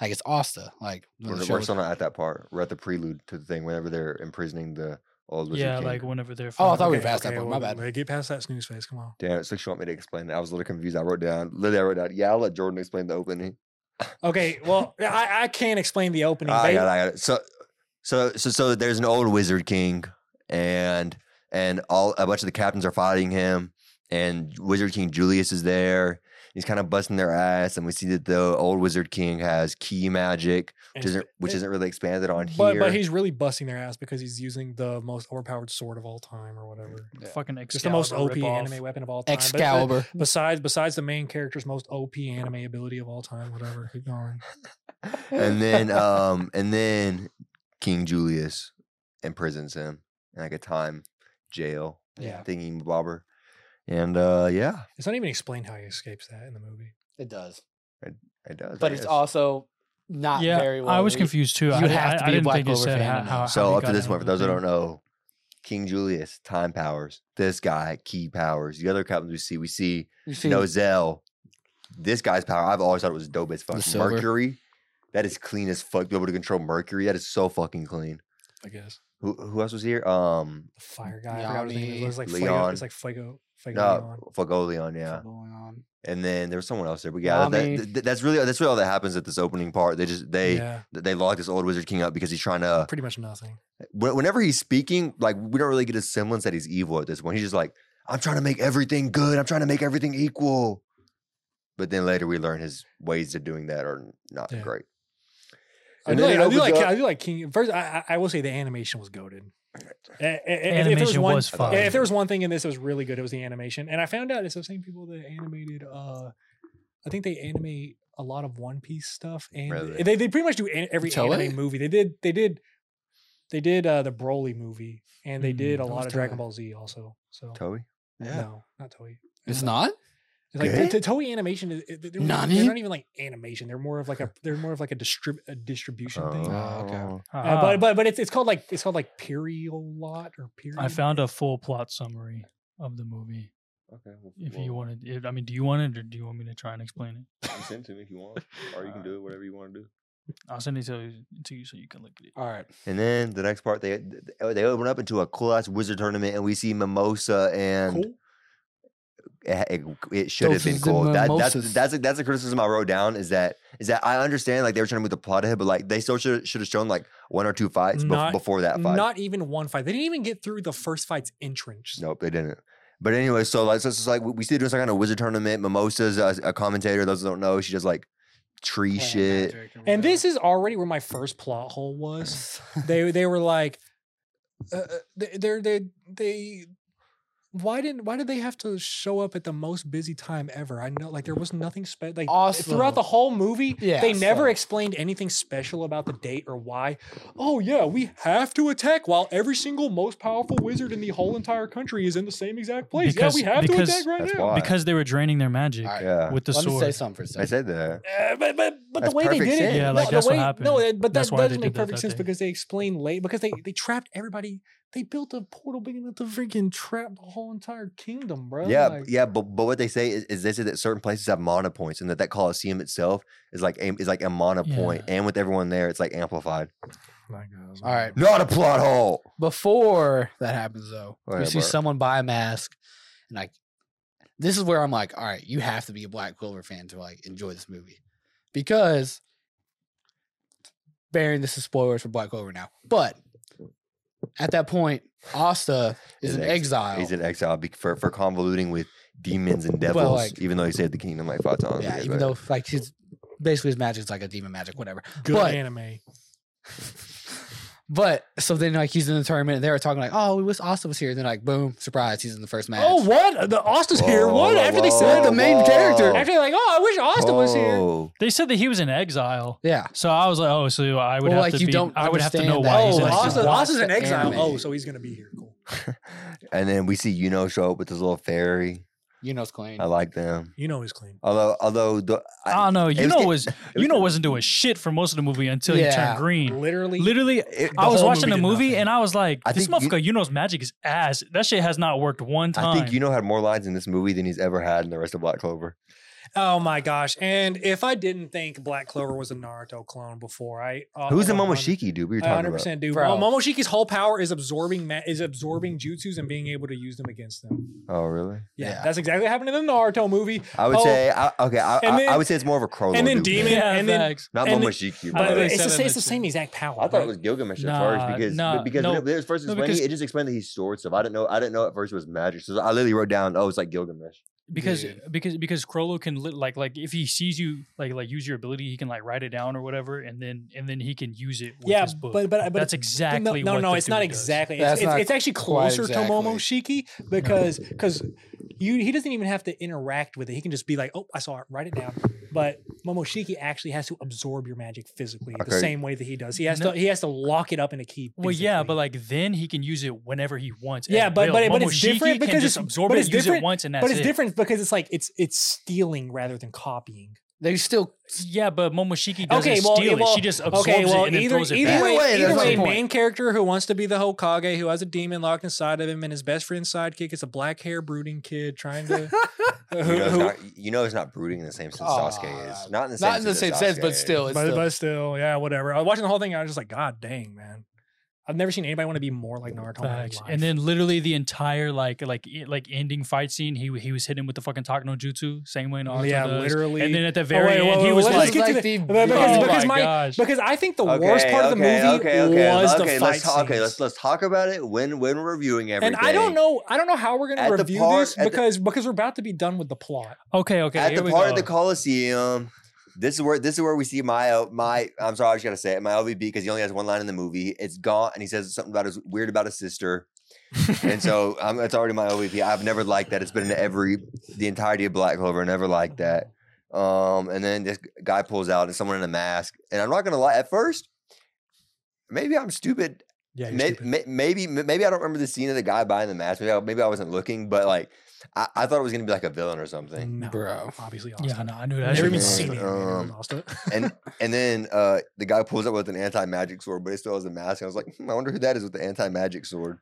S3: like it's Asta, like when
S2: We're,
S3: the
S2: we're
S3: show was-
S2: still not at that part. We're at the prelude to the thing. Whenever they're imprisoning the old wizard
S4: yeah,
S2: king.
S4: like whenever they're.
S3: Oh, I
S4: fighting.
S3: thought we were past that point, my
S1: well,
S3: bad.
S1: well, Get past that snooze face. Come on.
S2: Damn, it's like she want me to explain it. I was a little confused. I wrote down, literally, I wrote down, yeah, I'll let Jordan explain the opening.
S1: Okay,
S2: <laughs>
S1: well, I, I can't explain the opening.
S2: Ah, I
S1: They-
S2: got, it, I got it. So, so, so, so there's an old wizard king, and and all a bunch of the captains are fighting him, and Wizard King Julius is there. He's kind of busting their ass, and we see that the old Wizard King has key magic,
S1: and
S2: which isn't which
S1: it-
S2: isn't really expanded on
S1: but,
S2: here.
S1: But he's really busting their ass because he's using the most overpowered sword of all time, or whatever.
S3: Yeah.
S4: fucking Excalibur
S1: Just the most OP
S4: ripoff.
S1: anime weapon of all time. But- but
S3: Excalibur.
S1: Besides, besides the main character's most OP anime ability of all time, whatever. Keep going.
S2: and then, um, and then King Julius imprisons him in like a time jail
S3: Yeah.
S2: thingy bobber, and uh, yeah,
S1: It's not even explained how he escapes that in the movie.
S3: it does,
S2: It does. I
S3: but it's
S2: guess.
S3: also not
S4: yeah,
S3: very well.
S4: I was
S3: re-
S4: confused too.
S3: You
S4: I,
S3: have
S4: I,
S3: to
S4: I
S3: be a
S4: didn't
S3: Black
S4: think it
S3: Clover
S4: said
S3: fan
S4: how,
S3: to know.
S4: how- how
S2: So
S4: he
S2: up to
S4: got
S2: this
S4: out
S2: point,
S4: of
S2: for
S4: the
S2: those that
S4: thing.
S2: don't know, King Julius, time powers. This guy, key powers. The other captains we see, we see
S3: You see,
S2: Nozel. This guy's power, I've always thought it was dope as fuck.
S3: silver.
S2: Mercury, that is clean as fuck. Be able to control Mercury, that is so fucking clean.
S1: I guess
S2: Who who else was here? Um,
S1: the fire guy. I forgot what his name is.
S3: Yami,
S1: It looks like Fuego.
S2: Leon.
S1: It's like Fuego. Fuego
S2: no,
S1: Leon.
S2: Fagolion, yeah.
S3: what's going on.
S2: And then there was someone else there, but yeah, that-
S3: Nami.
S2: that- that- that's really that's really all that happens at this opening part. They just they
S1: yeah,
S2: they lock this old wizard king up because he's trying to
S1: pretty much nothing.
S2: Wh- whenever he's speaking, like we don't really get a semblance that he's evil at this point. He's just like, I'm trying to make everything good. I'm trying to make everything equal. But then later we learn his ways of doing that are not
S1: Yeah.
S2: great.
S1: I
S2: And
S1: do,
S2: then it
S1: like, I, do
S2: opens
S1: like,
S2: up-
S1: I do like King. First, I, I I will say the animation was goaded.
S4: Animation
S1: one,
S4: was
S2: I thought
S4: fun.
S3: Um,
S1: Yeah, if there was one thing in this that was really good, it was the animation. And I found out it's the same people that animated. uh I think they animate a lot of One Piece stuff, and
S2: Really?
S1: they, they pretty much do an, every
S3: Toei?
S1: anime movie. They did they did they did uh the Broly movie, and they
S4: Mm,
S1: did a
S3: that
S1: lot
S3: was
S1: of Dragon
S3: Toei.
S1: Ball Z also. So
S2: Toby?
S1: no, not Toei.
S3: it's
S1: Uh,
S3: not.
S1: It's like
S2: Good?
S1: the, the Toei animation is it- they're, they're not
S3: Nani?
S1: even like animation. They're more of like
S3: <laughs>
S1: a they're more of like a, distrib- a distribution thing. Uh,
S3: Oh, okay.
S2: Oh.
S4: Ah,
S1: but but but it's it's called like it's called like Periol lot or period.
S4: I found a full plot summary of the movie.
S2: Okay. well,
S4: If
S2: well,
S4: you wanted, if, I mean, do you want it or do you want me to try and explain it?
S2: you send it to me if you want, or you can do it whatever you want to do.
S4: I'll send it to you, to you so you can look at it.
S3: All right.
S2: And then the next part, they they open up into a cool ass wizard tournament, and we see Mimosa and
S1: cool.
S2: it, it- it should have
S3: Those
S2: been
S3: is the
S2: gold. That, that's
S3: mimosas.
S2: that's a, that's a criticism I wrote down is that is that I understand like they were trying to move the plot ahead, but like they still should should have shown like one or two fights bef-
S1: Not-
S2: before that fight.
S1: Not even one fight. They didn't even get through the first fight's entrance.
S2: nope, they didn't. But anyway, so like so it's just, like we we see doing some kind of wizard tournament. Mimosa's a, a commentator. Those that don't know, she does like tree shit.
S1: And this is already where my first plot
S2: <laughs>
S1: hole was. they they were like, uh, uh, they they're- they they why didn't why did they have to show up at the most busy time ever? I know like there was nothing special. Like
S3: Also-
S1: throughout the whole movie,
S3: Yeah,
S1: they never
S3: so-
S1: explained anything special about the date or why. Oh yeah, we have to attack while every single most powerful wizard in the whole entire country is in the same exact place.
S4: Because-
S1: yeah, we have
S4: because-
S1: to attack right
S2: That's
S1: now.
S2: why.
S4: Because they were draining their magic
S3: All right.
S2: Yeah,
S4: with the
S3: Let me
S4: sword.
S3: say something for a
S2: I
S3: second.
S2: said that.
S1: Uh, but but, but
S2: That's
S1: the way they
S2: perfect
S1: did it,
S2: sense. Yeah,
S1: no,
S4: like,
S1: the
S4: that's what
S1: way-
S4: happened.
S1: No, that- but that
S4: That's why they
S1: does
S4: did
S1: make
S4: that,
S1: perfect
S4: that
S1: sense
S4: they-
S1: because they explain late because they they trapped everybody. They built a portal big enough to freaking trap the whole entire kingdom, bro.
S2: Yeah,
S1: Like,
S2: yeah, but but what they say is, is they say that certain places have mono points, and that that Coliseum itself is like a, is like a mono point, and with everyone there, it's like amplified.
S3: All right.
S2: Not a plot hole.
S3: Before that happens, though,
S2: Oh,
S3: we
S2: yeah,
S3: see
S2: but-
S3: someone buy a mask, and like, this is where I'm like, all right, you have to be a Black Clover fan to like enjoy this movie, because, bearing this is spoilers for Black Clover now, but at that point, Asta is
S2: Is
S3: an
S2: ex-
S3: exile.
S2: He's in exile bec- for, for convoluting with demons and devils,
S3: like-
S2: even though he saved the kingdom like five times. I
S3: yeah,
S2: guess,
S3: even
S2: right?
S3: though like his basically his magic's like a demon magic, whatever.
S1: good
S3: but-
S1: anime.
S3: <laughs> But so then like he's in the tournament. They were talking like, oh, we wish Austin was here. Then like boom, surprise, he's in the first match.
S1: Oh, what? The Austin's here.
S2: Whoa,
S1: What?
S2: whoa,
S1: After they
S2: whoa,
S1: said
S3: the main character.
S2: whoa.
S1: After they're like, oh, I wish Austin was here.
S2: Whoa.
S4: They said that he was in exile.
S3: Yeah.
S4: So I was like, oh, so I would
S3: Well,
S4: have
S3: like,
S4: to
S3: you
S4: be,
S3: don't
S4: I would have to know
S3: understand
S4: why
S3: that.
S4: he's
S1: Oh,
S4: in
S3: like,
S1: Austin,
S4: exile.
S3: watch
S1: Austin's in
S3: the
S1: exile.
S3: anime.
S1: Oh, so he's gonna be here. Cool.
S2: <laughs> and then we see Yuno show up with his little fairy.
S3: You know it's clean.
S2: I like them.
S1: You know he's clean.
S2: Although, although the,
S4: I
S1: Ah,
S4: don't know. You
S2: was
S4: know
S2: get-
S4: was
S2: was
S4: you know
S2: get-
S4: wasn't doing shit for most of the movie until he
S3: Yeah.
S4: turned green.
S1: Literally,
S4: Literally,
S2: it-
S4: I
S1: the
S4: was
S1: whole
S4: watching
S1: movie
S4: the
S1: did
S4: movie
S1: nothing.
S4: and I was like,
S2: I
S4: this
S2: think you-
S4: motherfucker, you, know's magic is ass. That shit has not worked one
S2: I
S4: time.
S2: think Yuno had more lines in this movie than he's ever had in the rest of Black Clover.
S1: Oh my gosh! And if I didn't think Black Clover was a Naruto clone before, I uh,
S2: Who's the
S1: I'm a hundred-
S2: Momoshiki dude? We were
S1: I
S2: talking about.
S1: 100% do.
S3: Bro.
S1: Mo- Momoshiki's whole power is absorbing ma- is absorbing jutsus and being able to use them against them.
S2: Oh, really?
S1: Yeah,
S3: Yeah.
S1: that's exactly what happened in the Naruto movie.
S2: I would
S1: Oh,
S2: say I, okay. I,
S1: and
S2: I, I
S1: then-
S2: would say it's more of a Crollo.
S1: and then
S2: dude, man.
S1: Demon-
S4: <laughs> yeah,
S1: and then-
S4: facts.
S2: <laughs> not
S1: and then-
S2: Momoshiki.
S4: I
S2: but
S4: they
S1: it's, the,
S4: said that
S1: same- it's the
S4: shit.
S1: same exact power.
S2: Oh, I thought
S1: bro.
S2: it was Gilgamesh
S4: Nah,
S2: at first because
S4: nah,
S2: because
S4: no.
S2: when it was first
S4: No,
S2: explaining
S4: because-
S2: it, it just explained that he stored stuff. I didn't know I didn't know at first it was magic. So I literally wrote down, oh, it's like Gilgamesh.
S4: because
S3: Dude.
S4: because because Crollo can lit, like like if he sees you like like use your ability, he can like write it down or whatever, and then and then he can use it. With
S1: yeah,
S4: his book.
S1: but but, but it's-
S4: that's exactly
S1: no, no,
S4: what
S1: no
S4: the
S1: it's not
S4: dude does.
S1: exactly.
S3: That's
S1: It's, it's,
S3: not
S1: it's actually
S3: quite
S1: closer to
S3: exactly.
S1: Momoshiki because because you he doesn't even have to interact with it. He can just be like, "Oh, I saw it. Write it down." But Momoshiki actually has to absorb your magic physically
S2: Okay.
S1: the same way that he does. He has
S4: No.
S1: to he has to lock it up in a key.
S4: Well, yeah,
S1: physically.
S4: but like then he can use it whenever he wants. at
S1: Yeah, but-
S4: will.
S1: but- but it's
S4: Momoshiki
S1: different
S4: can
S1: because
S4: just
S1: it's-
S4: absorb
S1: but
S4: it,
S1: it's
S4: use it
S1: different-
S4: once, and that's
S1: but it's
S4: it.
S1: different because it's like it's it's stealing rather than copying.
S3: They still
S4: Yeah, but Momoshiki doesn't
S1: Okay, well,
S4: steal
S1: well,
S4: it. She just absorbs
S1: Okay, well,
S4: it and then
S1: either
S4: throws it
S1: either
S4: back.
S1: way,
S2: Either way,
S1: either
S2: that's
S1: way,
S2: the
S1: main character who wants to be the Hokage, who has a demon locked inside of him, and his best friend sidekick is a black hair brooding kid
S2: <laughs>
S1: trying to. <laughs> who,
S2: You know, it's
S1: who-
S2: not, you know it's not brooding in the same sense Sasuke
S3: Aw,
S2: is. Not in the same,
S3: not in the same
S2: that
S3: sense,
S2: Sasuke
S3: but
S2: is.
S3: still, it's
S1: but,
S3: still,
S1: but still, yeah, whatever. I was watching the whole thing. I was just like, God dang, man! I've never seen anybody want to be more like Naruto. in my
S4: Facts.
S1: life.
S4: And then literally the entire like like e- like ending fight scene, he he was hitting with the fucking Takno Jutsu, same way Naruto
S1: yeah,
S4: does.
S1: literally.
S4: And then at the
S1: Oh,
S4: very
S1: wait,
S4: end,
S1: wait,
S4: he
S1: wait,
S4: was
S1: let's
S4: like,
S1: just get to
S3: like
S1: the-
S3: the-
S1: because,
S4: oh
S1: because
S4: my
S1: my
S4: gosh.
S1: because I think the worst part of the movie was the fight
S2: let's talk, okay,
S1: scenes.
S2: let's let's talk about it when when we're reviewing everything.
S1: and I don't know, I don't know how we're gonna
S2: At the
S1: review
S2: part-
S1: this
S2: at the-
S1: because because we're about to be done with the plot.
S4: okay, okay,
S2: At
S4: here
S2: the
S4: we
S2: part
S4: go.
S2: of the Coliseum, this is where this is where we see my uh, my. I'm sorry, I just gotta say it. My LVB because he only has one line in the movie. It's gone, and he says something about his weird about his sister.
S4: <laughs>
S2: and so I'm, it's already my OVP. I've never liked that. It's been in every the entirety of Black Clover. Never liked that. Um, and then this guy pulls out and someone in a mask. And I'm not gonna lie. At first, maybe I'm stupid.
S1: Yeah,
S2: May- may- maybe m- maybe I don't remember the scene of the guy buying the mask. Maybe I, maybe I wasn't looking, but like I, I thought it was gonna be like a villain or something.
S1: No,
S3: bro.
S1: obviously Austin.
S4: yeah, no, I knew
S1: I've
S4: that.
S1: never
S4: shit
S1: even
S4: was-
S1: seen it.
S2: Um,
S1: <laughs> Austin.
S2: And and then uh, the guy pulls up with an anti magic sword, but he still has a mask. And I was like, hmm, I wonder who that is with the anti magic sword.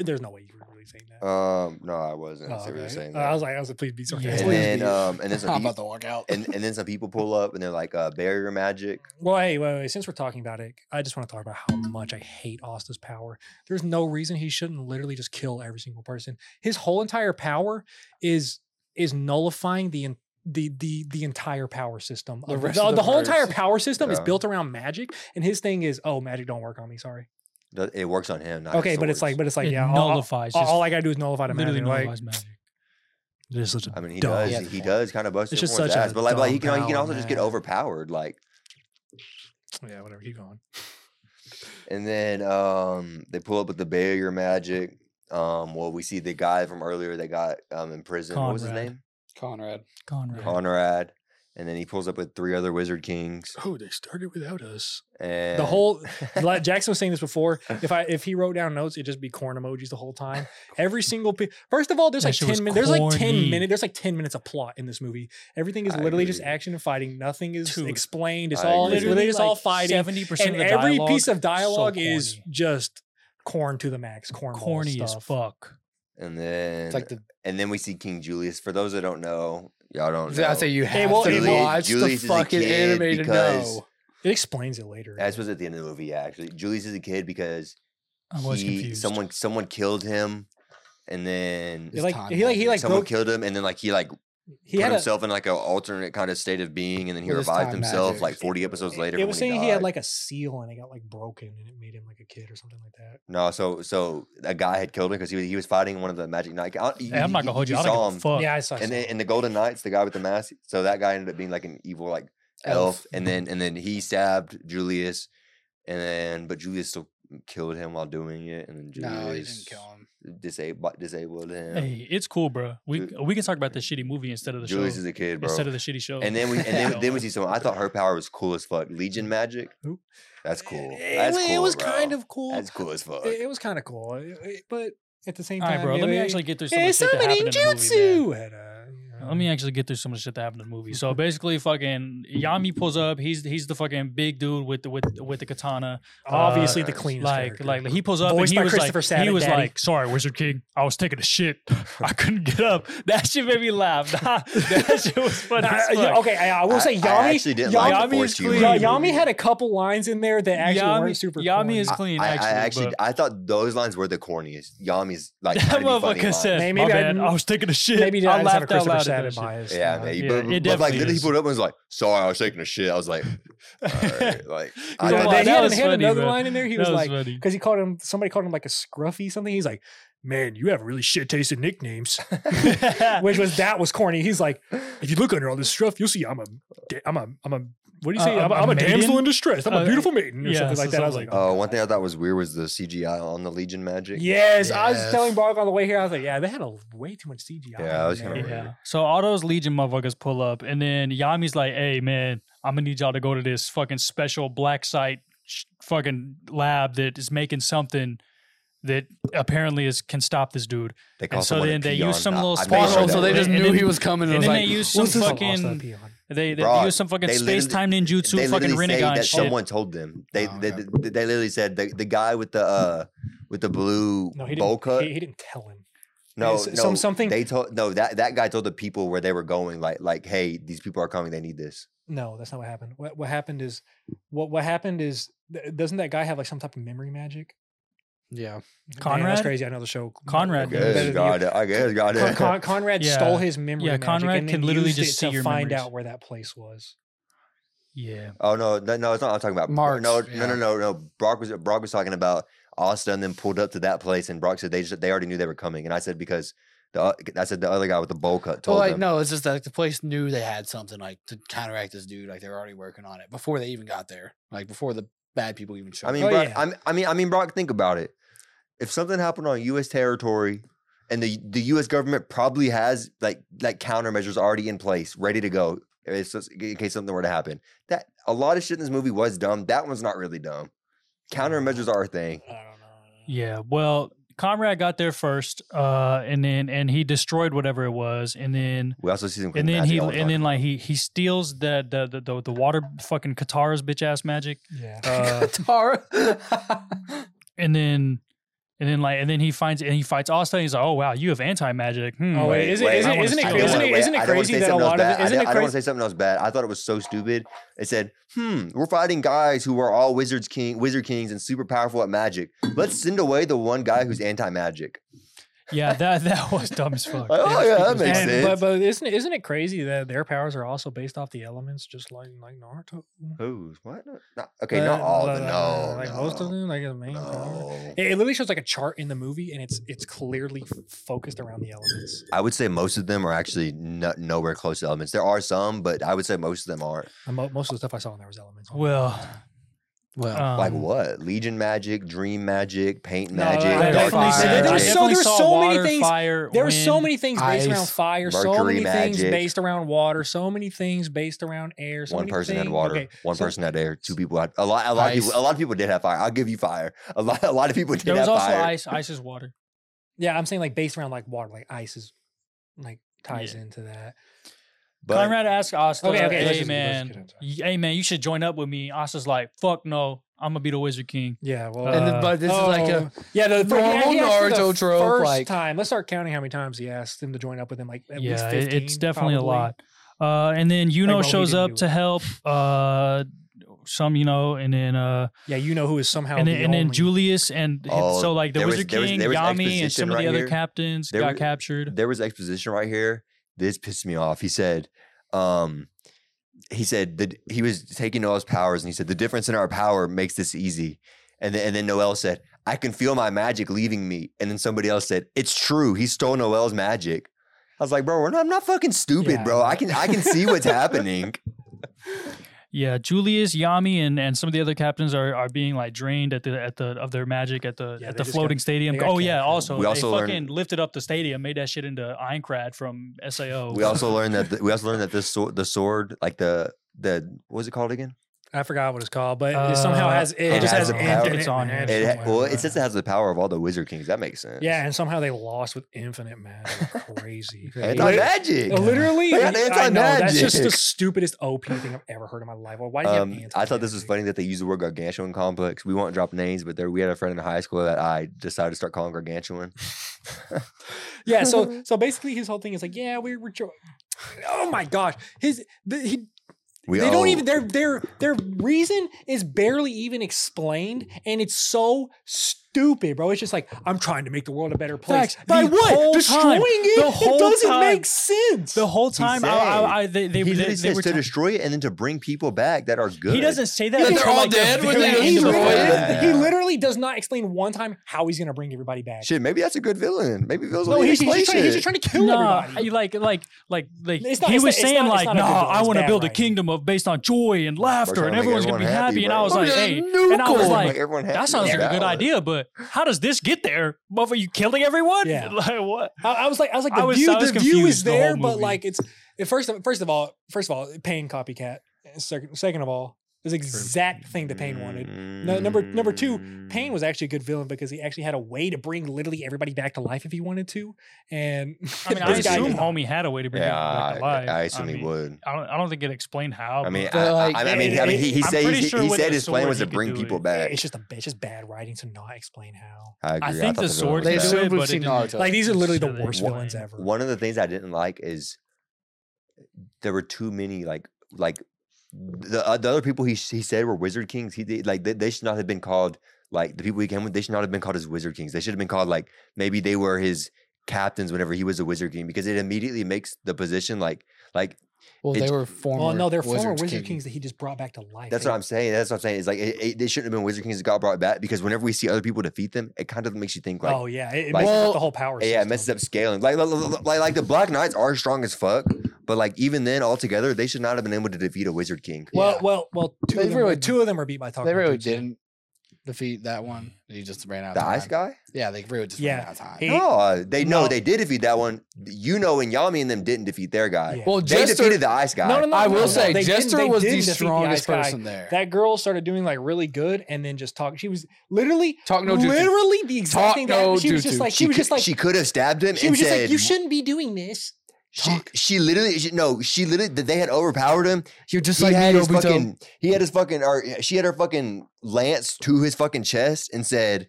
S1: there's no way you were really saying that.
S2: Um, no, I wasn't.
S1: Oh,
S2: I see what you're
S1: okay.
S2: saying.
S1: Uh, I
S2: though.
S1: was like, I was like, please be
S4: Yeah.
S1: sarcastic.
S2: and
S1: Please
S2: then
S1: be-
S2: um, and then some
S3: I'm
S2: peop-
S3: about to walk out.
S2: and, and then some people pull up and they're like uh, barrier magic.
S1: well, hey, wait, wait, since we're talking about it, I just want to talk about how much I hate Austin's power. There's no reason he shouldn't literally just kill every single person. His whole entire power is is nullifying the en- the the the entire power system.
S3: The
S1: of-
S3: rest of the
S1: whole entire
S3: verse.
S1: power system is
S2: Yeah.
S1: built around magic, and his thing is, oh, magic don't work on me. Sorry.
S2: Th- It works on him. Not his
S1: Okay, but it's like,
S2: swords.
S1: but it's like,
S4: it
S1: yeah, all- all,
S4: nullifies.
S1: all,
S4: just
S1: I gotta do is nullify the
S4: literally
S1: magic. Like,
S4: nullifies magic. This is
S2: I mean, he
S1: dumb.
S2: does.
S3: Yeah,
S2: he does kind of bust
S1: It's just
S2: everyone's
S1: such a
S2: ass, but like, but, like he
S1: dumb
S2: can he can
S1: power,
S2: also just get
S1: man.
S2: overpowered. Like,
S1: yeah, whatever. Keep going.
S2: and then um, they pull up with the barrier magic. Um, well, we see the guy from earlier that got um in prison. What was his
S4: Conrad.
S2: name?
S3: Conrad.
S4: Conrad.
S2: Conrad. And then he pulls up with three other wizard kings.
S1: Oh, they started without us.
S2: And <laughs>
S1: The whole like Jackson was saying this before. If I if he wrote down notes, it'd just be corn emojis the whole time. Every single pe- first of all, there's
S4: That
S1: like
S4: shit was
S1: ten minutes. There's like ten
S4: corny.
S1: minutes. There's like ten minutes of plot in this movie. Everything is
S2: I
S1: literally just
S2: agree.
S1: action and fighting. Nothing is
S4: Dude,
S1: explained. It's
S2: I
S1: all
S2: agree.
S1: it's literally just all fighting.
S4: Seventy percent
S1: And
S4: of the
S1: every
S4: dialogue,
S1: piece of dialogue
S4: so
S1: is
S4: corny.
S1: just corn to the max. Corn
S4: corny as
S1: stuff.
S4: fuck.
S2: and then
S3: It's like the
S2: and then we see King Julius. For those that don't know, y'all don't know.
S3: I say you have
S1: well,
S3: to
S1: it will-
S3: watch
S2: Julius um, is
S3: the
S2: a
S3: fucking
S2: kid
S3: anime to
S2: because-
S3: know.
S1: It explains it later.
S2: That was at the end of the movie, yeah, actually. Julius is a kid because
S4: I was
S2: he-
S4: confused.
S2: someone someone killed him, and then
S1: He
S3: It's
S1: like
S3: time
S1: he like he
S3: magic.
S1: like
S2: someone
S1: broke,
S2: killed him, and then like he like
S1: he
S2: put
S1: had a,
S2: himself in like an alternate kind of state of being, and then he
S3: With his
S2: revived
S3: time
S2: himself
S3: magic.
S2: like forty episodes
S1: Eh, It-
S2: later.
S1: It
S2: from
S1: was
S2: when
S1: saying he had
S2: died.
S1: like a seal and it got like broken and it made him like a kid or something like that.
S2: no, so so a guy had killed him because he was, he was fighting one of the Magic Knight. I don't- you-
S4: Hey, I'm not
S2: you-
S4: gonna hold you.
S2: You
S4: I don't
S2: saw
S4: give
S2: him,
S4: a fuck.
S1: Yeah, I saw.
S2: and then
S1: something.
S2: in the Golden Knights, the guy with the mask. So that guy ended up being like an evil like elf,
S3: Elf.
S2: and then and then he stabbed Julius, and then but Julius still killed him while doing it, and then Julius
S3: No, he didn't kill him.
S2: Disabled, disabled him.
S4: Hey, it's cool, bro. We
S2: Ju-
S4: we can talk about the shitty movie instead of the
S2: Julius
S4: show.
S2: is a kid, bro.
S4: Instead of the shitty show.
S2: and
S4: <laughs>
S2: then we and
S4: So-
S2: then, then we see someone. I thought her power was cool as fuck. Legion magic.
S1: Who?
S2: That's cool.
S1: It,
S2: That's
S1: wa-
S2: cool.
S1: Eh, it was
S2: bro.
S1: kind of cool.
S2: That's cool as fuck.
S1: It, it was kind of cool, It- it- but at the same
S4: All
S1: time,
S4: right, bro.
S1: it
S4: Let me
S1: wa-
S4: actually get through some of
S1: Hey,
S4: the shit that
S1: summoning
S4: happened in the movie. man.
S1: jutsu. Had a, you know,
S4: Let me actually get through some of the shit that happened in the movie. So basically, fucking Yami pulls up. He's he's the fucking big dude with the with with the katana.
S1: obviously
S2: uh,
S1: the cleanest.
S4: Like
S1: character. <laughs>
S4: like he pulls up
S1: Voiced
S4: and he
S1: by
S4: was
S1: Christopher
S4: like he
S1: Sabat,
S4: was
S1: Daddy.
S4: like, "Sorry, Wizard King, I was taking a shit. <laughs> I couldn't get up." That shit made me laugh. <laughs> that shit was funny.
S1: Uh,
S4: as
S1: yeah,
S4: fuck.
S1: okay, I, I will
S2: I-
S1: say
S2: I
S1: Yami.
S2: actually didn't
S1: Yami,
S2: like the
S1: Yami
S2: force
S1: is
S2: humor.
S1: clean.
S2: in the
S1: Yami
S2: movie.
S1: had a couple lines in there that actually
S4: Yami-
S1: weren't super.
S4: Yami
S1: corny.
S4: is clean,
S2: I,
S4: actually,
S2: I actually,
S4: but-
S2: I thought those lines were the corniest. Yami's like
S4: That
S2: trying to be funny
S4: motherfucker
S2: line.
S4: said,
S1: Maybe-
S4: "My
S1: maybe I
S4: bad, I,
S1: didn't-
S4: was taking a shit."
S1: Maybe
S4: I
S1: I just have a
S4: laughed out
S1: Christopher
S4: loud at
S1: Sabat
S4: that shit.
S1: bias.
S2: Yeah,
S1: you know?
S2: maybe.
S4: Yeah,
S2: but,
S4: it
S2: but, like,
S4: definitely
S2: literally,
S4: is.
S2: he pulled up and was like, "Sorry, I was taking a shit." I was like, "All right, like, I
S1: Yeah,
S4: Yeah,
S2: thought
S1: but
S4: wow,
S1: then
S2: that-
S1: he
S4: that
S1: had,
S4: was
S1: he had
S4: funny,
S1: another
S4: bro.
S1: line in there. <laughs> He
S4: That
S1: was, like,
S4: funny.
S1: because he called him, somebody called him like a scruffy something. He's like, man, you have really shit taste in
S4: <laughs>
S1: nicknames, which was that was corny. He's like, if you look under all this stuff, you'll see I'm a, da- I'm a, I'm a, what do you
S4: Uh,
S1: say?
S4: a-
S1: I'm, a-
S4: a
S1: I'm a
S4: maiden?
S1: damsel in distress. I'm
S4: Uh,
S1: a beautiful maiden or
S4: yeah,
S1: something like
S4: so
S1: that. I was like,
S4: something
S2: Oh, one thing I thought was weird was the CGI on the Legion magic.
S1: Yes, I was
S3: Yes.
S1: telling Bark on the way here. I was like, "Yeah, they had a way too much CGI."
S2: Yeah, I
S1: in
S2: was kinda
S1: there.
S2: worried.
S4: Yeah. So all those Legion motherfuckers pull up, and then Yami's like, "Hey, man, I'm gonna need y'all to go to this fucking special black site sh- fucking lab that is making something that apparently is can stop this dude."
S2: They call
S4: so
S2: someone a
S4: then they use
S2: peon.
S4: some
S2: I-
S4: little
S2: I made
S4: squad-
S2: sure
S3: Oh,
S4: that
S3: so they
S4: was-
S3: just
S4: and
S3: knew
S4: then-
S3: he was coming. And,
S4: And
S3: was
S4: then
S3: like,
S4: they use some
S3: "What's this?"
S1: I lost that
S4: fucking
S1: peon.
S4: they, they
S2: Bro,
S4: use some fucking
S2: they
S4: space time ninjutsu
S2: they literally
S4: fucking
S2: say
S4: renegade
S2: that
S4: shit.
S2: someone told them. They
S3: Oh,
S2: they,
S3: okay.
S2: they they literally said the, the guy with the uh with the blue
S1: No, he
S2: bowl
S1: didn't.
S2: cut.
S1: He, he didn't tell him.
S2: no,
S1: s-
S2: no,
S1: some- something-
S2: They told no that that guy told the people where they were going. Like like, hey, these people are coming. They need this.
S1: No, that's not what happened. What what happened is, what what happened is, th- doesn't that guy have like some type of memory magic?
S3: Yeah.
S1: Man, that's
S4: Conrad?
S1: crazy. I know the show.
S2: I
S4: Conrad
S1: better
S4: does.
S1: than
S2: guess
S1: you.
S2: got it. I guess got
S1: Con-
S2: it.
S1: Con- Conrad
S4: Yeah.
S1: stole his memory.
S4: Yeah,
S1: magic
S4: Conrad
S1: and
S4: can
S1: then
S4: literally
S1: used
S4: just
S1: it
S4: see
S1: to
S4: your
S1: find
S4: memories.
S1: out where that place was.
S4: yeah.
S2: Oh no, no, no, it's not. what I'm talking about Brock.
S3: Marks,
S2: No,
S3: yeah.
S2: no, no, no, no. Brock was Brock was talking about Austin, and then pulled up to that place, and Brock said they just, they already knew they were coming, and I said because the o- I said the other guy with the bowl cut
S3: Well,
S2: told
S3: like
S2: them.
S3: no, it's just like the place knew they had something like to counteract this dude. Like they were already working on it before they even got there. Like before the bad people even showed.
S2: I mean,
S1: Oh,
S3: up.
S2: Brock,
S1: yeah.
S2: I'm- I mean, I mean, Brock. Think about it. If something happened on U.S. territory, and the the U.S. government probably has like like countermeasures already in place, ready to go, it's just in case something were to happen. That a lot of shit in this movie was dumb. That one's not really dumb. Countermeasures are a thing.
S1: I don't know.
S4: Yeah, well, Conrad got there first, uh, and then and he destroyed whatever it was, and then
S2: We also see some.
S4: and then
S2: magic
S4: he
S2: all the
S4: and
S2: time.
S4: then like he he steals the the the the, the water fucking Katara's bitch ass magic,
S1: <laughs> Yeah.
S3: <laughs>
S4: uh,
S3: Tara.
S4: and then and then like and then he finds and he fights Asta. And he's like, oh wow, you have anti magic. Hmm.
S1: Oh, wait,
S2: Wait,
S1: is it,
S2: wait,
S1: is
S4: I
S1: it,
S4: wanna
S1: isn't
S4: see
S1: it,
S4: that.
S2: I don't
S1: isn't
S2: wanna-
S1: it,
S2: wait,
S1: isn't
S2: I
S1: it
S2: don't wanna say
S1: crazy that a
S2: something else
S1: lot of
S2: bad.
S1: it,
S2: I don't-
S1: isn't it
S2: I don't want
S1: crazy?
S2: to say something else bad. I thought it was so stupid. It said, "Hmm, we're fighting guys who are all wizards king, wizard kings, and super powerful at magic. Let's send away the one guy who's anti magic."
S4: yeah, that that was dumb as fuck.
S2: Like, oh, yeah, that <laughs> makes
S1: And-
S2: sense.
S1: But, but isn't it, isn't it crazy that their powers are also based off the elements, just like like Naruto?
S2: Who's what? Not, okay,
S1: But-
S2: not all.
S1: but,
S2: the,
S1: uh,
S2: no,
S1: like
S2: no,
S1: most of them, like the main power.
S2: no.
S1: It, it literally shows like a chart in the movie, and it's it's clearly f- focused around the elements.
S2: I would say most of them are actually no, nowhere close to elements. There are some, but I would say most of them aren't.
S1: And Uh, mo- most of the stuff I saw in there was elements.
S4: Well,
S3: well,
S4: um,
S2: like what? Legion magic, dream magic, paint
S1: No,
S2: magic.
S1: I
S2: dark
S4: I definitely,
S1: Fire.
S2: magic.
S4: said- I
S1: There was so-
S4: definitely
S1: there's
S4: saw
S1: so many
S4: water,
S1: things-
S4: Fire,
S1: There were so
S4: wind.
S1: many things based around
S3: ice,
S1: fire, so
S2: mercury
S1: many things
S2: magic.
S1: based around water, so many things based around air. So
S2: one
S1: many
S2: person had
S1: things-
S2: water.
S1: okay,
S2: one
S1: so-
S2: person had air. Two people had a lot. A lot of people.
S3: Ice.
S2: A lot of people did have fire. I'll give you fire. A lot. A lot of people did
S4: There was
S2: have
S4: also
S2: fire.
S4: ice. Ice is water.
S1: Yeah, I'm saying like based around like water, like ice is like ties
S4: Yeah.
S1: into that.
S2: But
S4: Conrad asked Asta,
S1: Okay, okay, let's
S4: hey,
S1: just- let's get
S4: man,
S1: into
S4: y- hey, man, you should join up with me. Asta's like, fuck no, I'm gonna be the Wizard King.
S1: Yeah, well, oh,
S3: and
S4: uh,
S3: then, but this is like a
S1: yeah, the
S3: normal
S1: yeah, he asked for the
S3: Naruto trope,
S1: First
S3: like-
S1: time, let's start counting how many times he asked him to join up with him. Like at least
S4: yeah, it-
S1: 15,
S4: it's definitely
S1: probably.
S4: a lot. Uh, and then Yuno
S1: well, we
S4: shows
S1: didn't
S4: up
S1: do
S4: to
S1: it.
S4: help uh, some, you know, and then uh,
S1: Yeah, you know who is somehow
S4: and
S1: the
S4: then, and then
S1: only-
S4: Julius and hi-
S2: Oh,
S4: so like the
S2: there was-
S4: Wizard
S2: there was-
S4: King,
S2: there was
S4: Yami, and
S2: exposition
S4: some of the
S2: right
S4: other
S2: here.
S4: captains
S2: There
S4: got
S2: was-
S4: captured.
S2: there was exposition right here. This pissed me off. He said, um, he said that he was taking Noel's powers, and he said the difference in our power makes this easy. And then, and then Noel said, "I can feel my magic leaving me." And then somebody else said, "It's true. He stole Noel's magic." I was like, "Bro, we're not, I'm not fucking stupid,
S1: Yeah.
S2: bro. I can I can see what's happening."
S4: yeah, Julius, Yami, and, and some of the other captains are, are being like drained at the at the of their magic at the
S1: Yeah,
S4: at
S1: they
S4: the
S1: just got-
S4: floating stadium.
S1: they got
S4: Oh yeah,
S1: canceled.
S4: also
S2: We
S4: they
S2: also learned-
S4: fucking lifted up the stadium, made that shit into Einkrad from Sao.
S2: We also learned that the, we also learned that this sword, the sword, like the the what was it called again?
S1: I forgot what it's called, but it somehow
S4: Uh,
S1: has it,
S2: it
S1: just
S2: has
S1: has,
S2: a power.
S1: infinite
S4: It's on here
S1: magic
S2: It ha-
S1: somewhere.
S2: well, it says it has the power of all the Wizard Kings. That makes sense.
S1: Yeah, and somehow they lost with infinite magic. Crazy.
S2: anti
S1: Lit-
S2: magic.
S1: Literally,
S2: They got
S1: the- I know, that's just the
S2: anti-magic.
S1: stupidest OP thing I've ever heard in my life. Why do you
S2: Um,
S1: have anti
S2: I thought this was funny that they used the word gargantuan complex. We won't drop names, but there we had a friend in high school that I decided to start calling
S4: <laughs>
S2: gargantuan.
S1: Yeah, <laughs> so so basically his whole thing is like, yeah, we were jo- Oh my gosh. His the, he,
S2: We
S1: they
S2: all-
S1: don't even their their their reason is barely even explained and it's so stupid, bro. It's just like I'm trying to make the world a better place.
S4: Facts.
S1: By
S4: The
S1: what?
S4: whole
S1: Destroying
S4: time.
S1: it?
S4: The whole
S1: it doesn't make
S4: time.
S1: sense.
S4: the whole time I, I, I they they,
S2: he
S4: they,
S2: literally
S4: they
S2: says
S4: were
S2: to
S4: ta-
S2: destroy it and then to bring people back that are good.
S4: He doesn't say that
S3: Yeah,
S4: until
S3: they're all
S4: like the
S3: dead when
S4: very
S3: they
S4: end of the
S3: destroy
S4: movie.
S3: it.
S1: literally, he
S2: Yeah.
S1: literally does not explain one time how he's gonna bring everybody back.
S2: Shit, maybe that's a good villain. Maybe villains
S1: no,
S2: will
S1: he's, he's,
S2: explain
S1: just trying, he's
S2: shit.
S1: just trying to kill
S4: Nah,
S1: everybody.
S4: you like like like like
S1: It's not-
S4: he
S1: it's
S4: was
S1: not- it's
S4: saying
S1: not- it's
S4: like,
S1: not a
S4: no,
S1: good villain,
S4: I
S1: it's
S4: want to
S1: bad
S4: build a
S1: writing."
S4: kingdom of based on joy and laughter,
S2: trying
S4: and
S2: to make
S4: everyone's gonna be
S2: everyone happy,
S4: happy. And I
S2: bro.
S4: was
S2: Oh,
S4: like,
S3: yeah,
S2: <laughs>
S4: hey,
S3: nuke
S4: and I was
S3: them.
S4: like,
S2: Make everyone happy
S4: that sounds
S2: is
S4: like a good
S2: valid.
S4: idea, but how does this get there? But are you killing everyone?
S1: Yeah.
S4: <laughs>
S1: <laughs>
S4: Like what?
S1: I, I was like, I was like,
S4: I
S1: the
S4: was-
S1: view,
S4: I was
S1: the view is
S4: confused the whole
S1: there, but
S4: movie.
S1: like it's it first. of- First of all, first of all, Pain copycat. Second, second of all, it was the exact thing that Pain wanted. No, number- number two, Pain was actually a good villain because he actually had a way to bring literally everybody back to life if he wanted to. And <laughs>
S4: I mean, I
S2: This guy
S4: assume
S2: did not.
S4: homie had a way to bring
S2: Yeah,
S4: him back
S2: I,
S4: alive.
S2: I assume he
S4: mean,
S2: would.
S4: I don't. I don't think it explained how.
S2: I mean,
S4: but-
S2: I, I-
S3: like,
S2: I mean, I
S1: it-
S2: mean, he, he
S4: I'm
S2: said
S4: pretty
S2: he,
S4: sure
S2: he
S4: with
S2: said
S4: the
S2: his plan
S4: sword
S2: was
S4: he
S2: to
S4: could
S2: bring
S4: do
S2: people
S4: it.
S2: back.
S1: it's just a it's just bad writing to not explain how.
S2: I agree.
S4: I think
S2: thought villain
S4: the
S2: was
S4: sword-
S3: They
S4: Yeah.
S2: bad.
S3: should
S4: do
S3: have
S4: it,
S3: moved
S4: but it
S3: Naruto.
S1: Like these are literally the
S4: Should've
S1: worst
S4: explained.
S1: villains ever.
S2: one of the things I didn't like is there were too many like like the, uh, the other people he he said were wizard kings. He they, like they, they should not have been called like the people he came with. They should not have been called as wizard kings. They should have been called like maybe they were his captains whenever he was a wizard king because it immediately makes the position like like
S3: Well,
S2: It's-
S3: they were former.
S1: well, no, they're former
S3: Wizards
S1: Wizard
S3: King.
S1: Kings that he just brought back to life.
S2: that's
S1: They-
S2: what I'm saying. That's what I'm saying. It's like it, it, they shouldn't have been wizard kings that got brought back because whenever we see other people defeat them, it kind of makes you think like.
S1: oh yeah, it, it
S2: like-
S1: messes up the
S3: Well,
S1: whole power.
S2: Yeah, it
S1: system.
S2: messes up scaling. Like, like, like, like the Black Knights are strong as fuck, but like even then, altogether, they should not have been able to defeat a Wizard King.
S1: Well,
S3: Yeah.
S1: well, well. Two
S3: They
S1: of, them,
S3: really-
S1: two of them are beat by talking.
S3: They really didn't defeat that one. He just ran
S1: Oh,
S3: out.
S2: The
S3: of time.
S2: Ice Guy?
S3: Yeah, they really just
S1: Yeah,
S3: ran out of time.
S1: he-
S2: No, uh, they no,
S1: No.
S2: they did defeat that one. You know, and Yami and them didn't defeat their guy.
S1: Yeah.
S3: well,
S2: They
S3: Jester.
S2: defeated the Ice Guy.
S1: No, no, no.
S3: I will
S1: no,
S3: say,
S1: they didn't-
S3: Jester
S1: they
S3: was
S1: did
S3: the
S1: defeat the
S3: strongest
S1: Ice Guy.
S3: person there.
S1: That girl started doing like really good and then just talking. She was literally,
S3: Talk no jutsu.
S1: literally the exact
S3: Talk
S1: thing that happened.
S3: no
S1: she was just
S3: jutsu.
S1: like, she,
S2: she,
S1: was
S2: cou-
S1: just like,
S2: she
S1: she,
S2: could have stabbed him and
S1: was just
S2: said,
S1: like, you shouldn't be doing this.
S2: she, she literally, she, no, she literally, they had overpowered him.
S3: You're just
S2: he
S3: like
S2: had
S3: me,
S2: his
S3: Obito.
S2: fucking, he had his fucking, or she had her fucking lance to his fucking chest and said,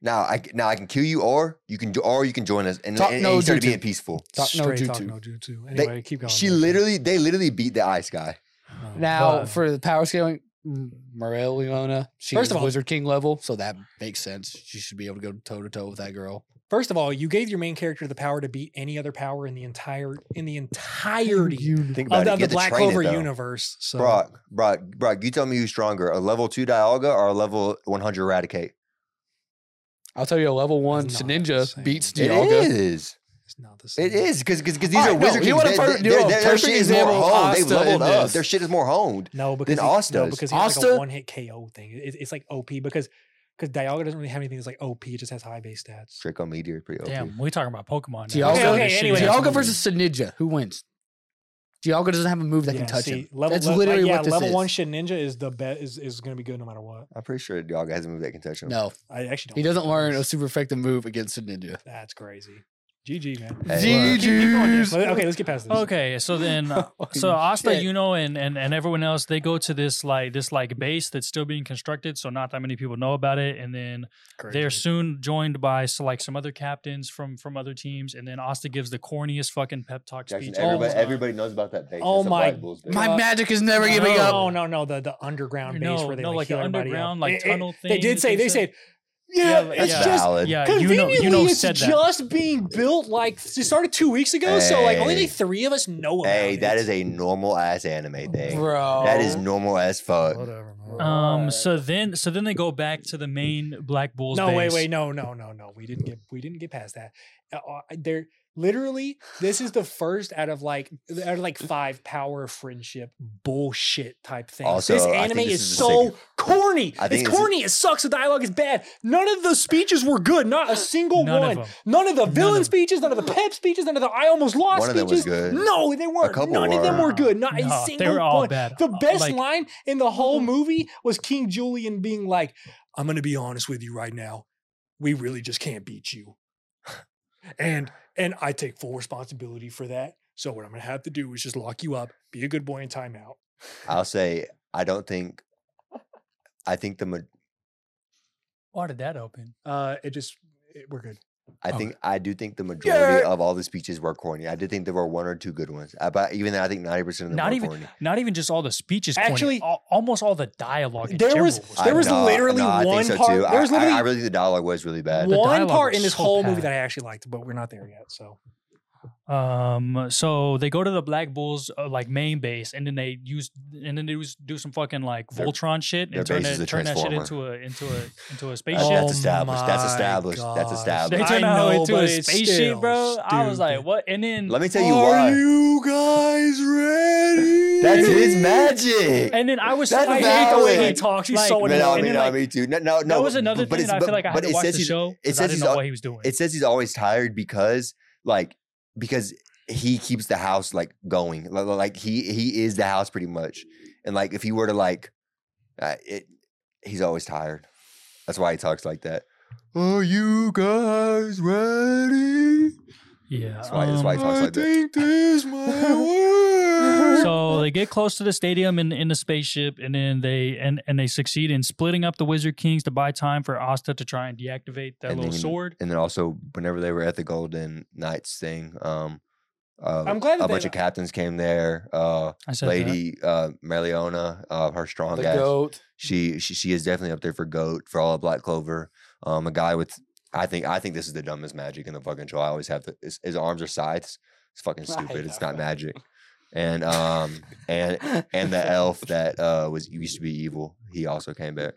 S2: "Now I, c- now I can kill you, or you can, do, or you can join us." And,
S3: Talk
S2: and,
S3: no
S2: and he started
S3: jutsu.
S2: being peaceful.
S3: Talk no
S1: Straight talk
S3: jutsu.
S1: no jutsu.
S2: They-
S1: Anyway, keep going.
S2: She
S1: man.
S2: literally, they literally beat the Ice Guy.
S1: No.
S3: Now
S1: But-
S3: for the power scaling, M- Morel Leona, she
S1: First
S3: First
S1: of all-
S3: Wizard King level, so that makes sense. She should be able to go toe to toe with that girl.
S1: first of all, you gave your main character the power to beat any other power in the entire in the entirety
S2: Think about
S1: of
S2: it.
S1: the,
S2: You
S1: of the
S2: get to
S1: Black
S2: train it,
S1: Clover
S2: though.
S1: universe. So
S2: Brock, Brock, Brock, you tell me who's stronger, a level two Dialga or a level 100 Eradicate?
S3: I'll tell you, a level one
S1: not
S3: Ninja
S1: insane.
S3: beats
S2: It
S3: Dialga.
S2: is.
S1: it's not the same.
S2: It is. Because these
S3: All
S2: are
S3: right, no,
S2: wizard
S3: you
S2: kings.
S3: want a
S2: They-
S3: per-
S2: they-
S3: you want
S2: their-
S3: a
S2: their
S3: perfect
S2: shit is more
S3: example of
S2: honed. They've
S3: Asta
S2: leveled
S3: in
S2: up.
S3: this?
S2: Their shit is more honed.
S1: No, because
S2: Then
S1: he,
S2: Oz
S1: no,
S2: does.
S1: because he has like a
S3: Asta-
S1: one hit KO thing. It, it's like OP because because Dialga doesn't really have anything that's like OP. It just has high base stats.
S2: Draco Meteor, pretty OP.
S4: Damn, we talking about Pokemon.
S3: Dialga-
S4: now. We're
S1: Okay,
S4: this shitty
S1: anyway.
S4: ass
S3: Dialga
S4: movie.
S3: versus Sininja. Who wins? Dialga doesn't have a move that
S1: Yeah,
S3: can touch
S1: see,
S3: him.
S1: Level,
S3: That's
S1: le- like,
S3: literally
S1: yeah,
S3: what this
S1: level
S3: is.
S1: one shit ninja is the bet is, is gonna be good no matter what.
S2: I'm pretty sure Dialga has a move that can touch him.
S3: no,
S1: I actually don't
S3: he
S1: think
S3: doesn't
S1: it
S3: learn a
S1: does.
S3: super effective move against Sininja.
S1: That's crazy. GG man.
S2: Hey,
S1: Keep- keep going, dude.
S3: GG's.
S1: Let- Okay, let's get past this.
S3: Oh,
S1: <laughs>
S4: Okay, so then, uh,
S3: Holy
S4: so Asta,
S3: shit.
S4: you know, and, and and everyone else, they go to this like this like base that's still being constructed, so not that many people know about it. And then they're soon joined by so, like some other captains from from other teams, and then Asta gives the corniest fucking pep talk
S2: Jackson,
S4: speech. all the
S2: everybody,
S4: time.
S2: everybody knows about that base.
S1: Oh
S2: It's a
S1: my
S2: Black Bulls base.
S3: My
S1: Uh,
S3: magic is never giving
S1: no,
S3: up.
S1: No, no, no. The the underground base
S4: Oh, No,
S1: where they
S4: no,
S1: like,
S4: like
S1: heal
S4: the
S1: everybody up.
S4: underground, like,
S1: It- it-
S4: tunnel
S1: They
S4: thing
S1: did
S4: that
S1: say
S4: they
S1: they
S4: said.
S1: said, yeah,
S4: like,
S1: it's
S4: yeah.
S1: just
S2: valid.
S4: yeah, Uh, you know,
S1: Conveniently,
S4: you know,
S1: it's
S4: said that.
S1: just being built like it started two weeks ago, so like only
S2: Hey.
S1: three of us know about
S2: Hey,
S1: it.
S2: that is a normal ass anime thing.
S3: Bro.
S2: That is normal as fuck.
S1: whatever. man.
S4: Um. So then, so then they go back to the main Black Bulls.
S1: no, wait,
S4: base.
S1: wait, no, no, no, no. We didn't get we didn't get past that. Uh, uh, there, Literally, this is the first out of like out of like five power friendship bullshit type things.
S2: Also,
S1: this
S2: I think
S1: anime
S2: this
S1: is,
S2: is the
S1: so
S2: second-
S1: corny.
S2: I think this is-
S1: It's corny. It sucks. The dialogue is bad. None of the speeches were good. Not a single
S4: None of
S1: one.
S4: them.
S1: None of the
S4: None
S1: villain
S4: of 'em.
S1: speeches. None of the pep speeches. None of the I almost lost
S2: One of them was
S1: speeches.
S2: good.
S1: No, they weren't.
S2: couple
S1: None of them
S2: were.
S1: were good. Not
S4: No,
S1: a
S4: they
S1: single
S4: were all
S1: one.
S4: bad.
S1: The
S4: Uh,
S1: best
S4: like- Mm-hmm.
S1: line in the whole movie was King Julian being like, "I'm going to be honest with you right now. We really just can't beat you." <laughs> and and I take full responsibility for that. So what I'm going to have to do is just lock you up, be a good boy in timeout.
S2: I'll say I don't think. I think the ma-
S4: Why did that open?
S1: Uh, it just it- we're good.
S2: I
S4: Okay.
S2: think I do think the majority
S1: Yeah.
S2: of all the speeches were corny. I did think there were one or two good ones. I, but even then, I think ninety percent of them
S4: Not
S2: were
S4: even-
S2: corny.
S4: Not even just all the speeches. corny,
S1: Actually-
S4: al- almost all the dialogue. In
S1: There
S4: general
S1: was-
S4: was
S1: there
S2: I-
S1: was
S2: no,
S1: literally
S2: no, I think
S1: one
S2: so
S1: part-
S2: Too.
S1: there
S2: I-
S1: was
S2: I, I
S1: literally-
S2: really think the dialogue was really bad.
S4: The
S1: One
S4: dialogue
S1: part
S4: was
S1: in this
S4: so
S1: whole movie
S4: bad.
S1: that I actually liked, but we're not there yet. So
S4: Um, so they go to the Black Bulls uh, like main base, and then they use and then they use, do some fucking like
S2: Their-
S4: Voltron shit
S2: their
S4: and turn,
S2: base is
S4: that
S2: a
S4: turn that shit
S2: transformer.
S4: into a into a into a
S2: That's-
S4: spaceship.
S2: that's established. That's
S1: my
S2: established. That's
S1: gosh.
S4: Oh they
S2: established.
S4: turn
S1: I
S4: that
S1: know,
S4: into
S1: but
S4: a
S1: it's
S4: spaceship,
S1: still
S4: bro. I was like,
S1: stupid.
S4: what? And then
S2: Let me tell you why.
S1: you guys ready?
S2: That's
S1: <laughs>
S2: his magic.
S4: and then I was so
S2: That's
S1: I
S4: like,
S1: hate the way he
S2: valid.
S1: talks. He's
S4: Like,
S1: so
S2: no,
S4: and
S2: no,
S1: annoying.
S2: I
S4: then,
S2: mean, no,
S4: like,
S2: me too. No, no,
S4: that
S2: no.
S4: was another
S2: but
S4: thing
S2: it's-
S4: that I feel
S2: but-
S4: like I
S2: but
S4: had to
S2: it
S4: watch
S2: says
S4: the
S2: he's- it
S4: show. 'cause I
S2: says
S4: didn't
S2: he's
S4: know
S2: al-
S4: what he was doing.
S2: It says he's always tired because, like, because he keeps the house like going. Li- li- Like he he is the house pretty much. And like if he were to like, uh, it, he's always tired. That's why he talks like that. Are you guys ready?
S4: yeah,
S2: That's why- that's why he
S4: um,
S2: talks like that.
S1: this
S3: <laughs>
S1: my
S4: so they get close to the stadium in, in the spaceship, and then they and, and they succeed in splitting up the Wizard Kings to buy time for Asta to try and deactivate that
S2: And
S4: little
S2: then-
S4: sword.
S2: And then also, whenever they were at the Golden Knights thing, um, uh,
S1: I'm glad that
S2: a
S1: they-
S2: bunch of captains came there. Uh,
S4: I said, that.
S2: lady uh, Mariona, uh, her strong
S3: The
S2: ass.
S3: goat.
S2: She, she she is definitely up there for goat for all of Black Clover. Um, a guy with I think I think this is the dumbest magic in the fucking show. I always have the, his, his arms are scythes. It's
S1: <laughs>
S2: fucking
S3: I
S2: stupid. It's
S3: know.
S2: not magic. And um and and the
S1: <laughs>
S3: <laughs>
S2: elf that uh was used to be evil. He also came back.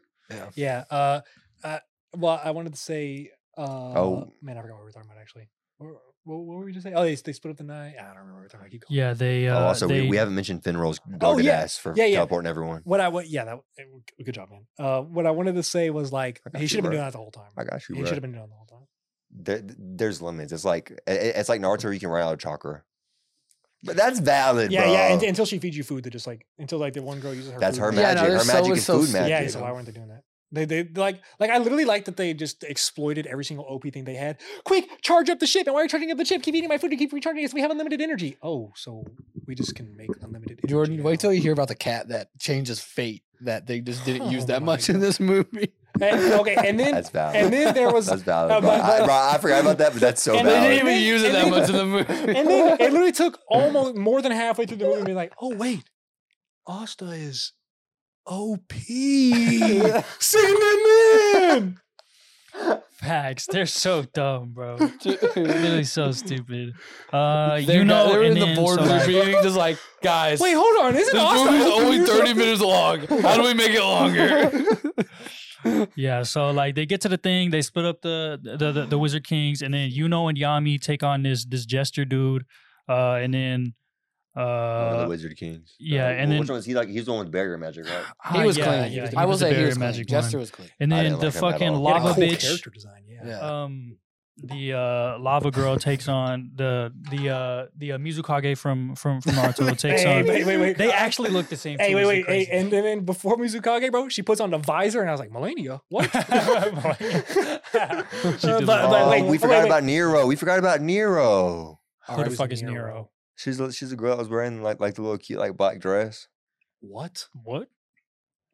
S1: Yeah. Uh, uh, well, I wanted to say. Uh, oh
S2: Oh.
S1: man, I forgot what we were talking about actually. What, what, what were we just saying? Oh, they, they split up the night. I don't remember. What we were talking about. Keep going.
S4: Yeah, they. Uh,
S2: oh, also
S4: they,
S2: we, we haven't mentioned Finroll's dogged
S1: Oh, yeah.
S2: ass for
S1: Yeah, yeah.
S2: teleporting everyone.
S1: What I what yeah that eh, g- good job man. Uh, what I wanted to say was like
S2: I got
S1: he
S2: you,
S1: should have been
S2: bro.
S1: doing that the whole time.
S2: I got you.
S1: He
S2: bro.
S1: should have been doing that the whole time.
S2: there, there's limits. It's like it- it's like Naruto. You can run out of chakra, but that's valid.
S1: Yeah,
S2: bro.
S1: yeah. And, until she feeds you food, they just like until like the one girl uses her.
S2: that's
S1: food
S2: her
S1: to-
S3: Yeah, no,
S2: magic.
S3: they're
S2: her
S3: so-
S2: magic is
S3: so
S2: food
S3: stupid.
S2: magic.
S1: Yeah, so why weren't they doing that? They they like like I literally like that they just exploited every single OP thing they had. Quick, charge up the ship! And while you're charging up the ship, keep eating my food and keep recharging it. So we have unlimited energy. Oh, so we just can make unlimited. Energy
S3: Jordan,
S1: now.
S3: wait till you hear about the cat that changes fate that they just didn't
S1: <laughs>
S3: use
S1: Oh
S3: that
S1: my
S3: much in
S1: God.
S3: this movmovie.
S1: And- okay,
S3: <laughs>
S1: and then
S2: that's valid.
S1: and then there was
S2: that's valid.
S1: uh,
S2: bro.
S1: but-
S2: I,
S1: but-
S2: bro, I forgot about that, but that's so
S1: And
S3: They didn't
S2: valid.
S3: even use it
S1: And
S3: that
S1: then-
S3: much in the <laughs> movie.
S1: and then it literally took almost more than halfway through the movie to be like, oh wait, Asta is OP.
S3: <laughs>
S1: Sing them in.
S4: Facts. They're so dumb,
S1: <laughs>
S4: bro. <laughs>
S3: Dude.
S4: Really so stupid. Uh,
S3: They're
S4: you know,
S3: they were
S4: and
S3: in the
S4: then,
S3: board
S4: so, like,
S3: meeting, just like guys.
S1: Wait, hold on, isn't
S3: this
S1: Asta
S3: movie's
S1: OP or
S3: only thirty
S1: something?"
S3: minutes long. How do we make it <laughs> longer?
S4: yeah. So like they get to the thing, they split up the the the, the Wizard Kings, and then you know and Yami take on this this jester dude, uh, and then
S2: One of the
S4: uh,
S2: Wizard Kings.
S4: yeah,
S2: Uh,
S4: and
S2: wh-
S4: then-
S2: which one was he like? He was the one with barrier magic, right?
S4: ah,
S3: He was
S4: yeah,
S3: clean.
S4: yeah,
S3: I will
S4: was the
S3: say he
S4: barrier
S3: was clean.
S4: magic one.
S3: Jester was clean.
S4: And
S2: I
S4: then
S2: didn't
S4: the
S2: like him at
S4: fucking
S2: all.
S1: He had a
S4: lava
S1: cool
S4: bitch.
S1: character design. Yeah.
S3: Yeah. Uh,
S4: Um, the uh, lava girl takes on the the uh, the uh, Mizukage from from
S1: <laughs>
S4: from Naruto takes
S1: Hey,
S4: on.
S1: wait, wait, wait. uh,
S4: They actually look the same.
S1: Hey,
S4: too,
S1: wait,
S4: isn't
S1: wait,
S4: it
S1: hey,
S4: crazy?
S1: and, and then before Mizukage, bro, she puts on the visor, and I was like, Melania,
S4: <laughs>
S1: what?
S4: Melania. She
S1: Uh,
S4: did
S1: but- but
S2: oh,
S1: wait,
S2: we
S1: wait,
S2: forgot
S1: wait.
S2: about Nero. We forgot about Nero.
S4: Who
S1: Ours
S4: the
S1: was
S4: fuck is
S1: Nero.
S4: Nero?
S2: She's a- she's a girl that was wearing like like the little cute like black dress.
S1: What?
S4: What?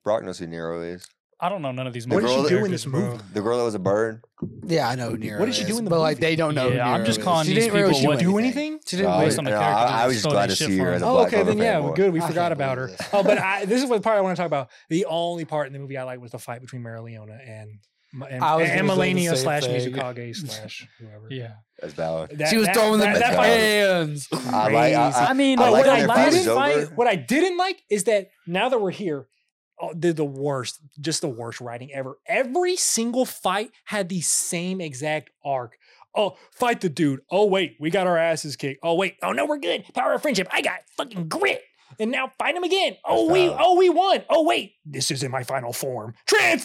S2: Brock knows who Nero is.
S4: I don't know none of these.
S2: The
S1: what did
S2: girl
S1: she
S2: that-
S1: do in this
S4: characters, bro.
S1: movie?
S2: The girl that was
S4: Mm.
S2: a bird.
S3: Yeah, I know who Nero.
S1: What did she do
S3: is,
S1: in the
S3: But like
S1: movie?
S3: they don't know. who
S4: Yeah, I'm
S3: Nero
S4: just
S3: is.
S4: calling
S3: she
S4: these
S3: didn't really
S4: people
S1: What
S4: what-
S1: do anything?
S3: She didn't
S2: No,
S3: really
S4: Based on the
S2: no,
S4: character,
S2: Uh, I,
S4: they
S2: I was just
S4: stole
S2: glad
S4: that
S2: to
S4: shit
S2: see her
S4: from
S2: as a
S4: him.
S1: Oh,
S2: black
S1: okay, then
S2: Clover
S1: yeah,
S2: fanboy.
S1: good. We
S3: I
S1: forgot
S3: can't
S2: <laughs>
S1: about her.
S3: believe this.
S1: Oh, but I, this is what part I want to talk about. The only part in the movie I liked was the fight between Mara Leona and and,
S3: I
S1: and
S3: was gonna say the
S1: Melania
S3: same
S1: slash
S3: thing.
S1: Mizukage slash whoever.
S4: Yeah.
S2: That's valid.
S1: That-
S3: she was
S1: that-
S3: throwing
S1: that-
S3: the
S1: that
S2: That's
S1: fight was
S3: hands. <laughs>
S2: I like. I,
S1: crazy.
S2: I-
S4: I mean,
S2: I
S1: No,
S2: like
S1: what
S2: that
S1: I
S2: their fight
S1: liked-
S2: is
S4: fight-
S2: over.
S1: What I didn't like is that now that we're here, oh, they're the worst, just the worst writing ever. Every single fight had the same exact arc. Oh, fight the dude. Oh, wait, we got our asses kicked. Oh, wait. Oh, no, we're good. Power of friendship. I got fucking grit. And now fight him again. Oh, we,
S2: Stop.
S1: oh, we won. Oh, wait. This isn't my final form.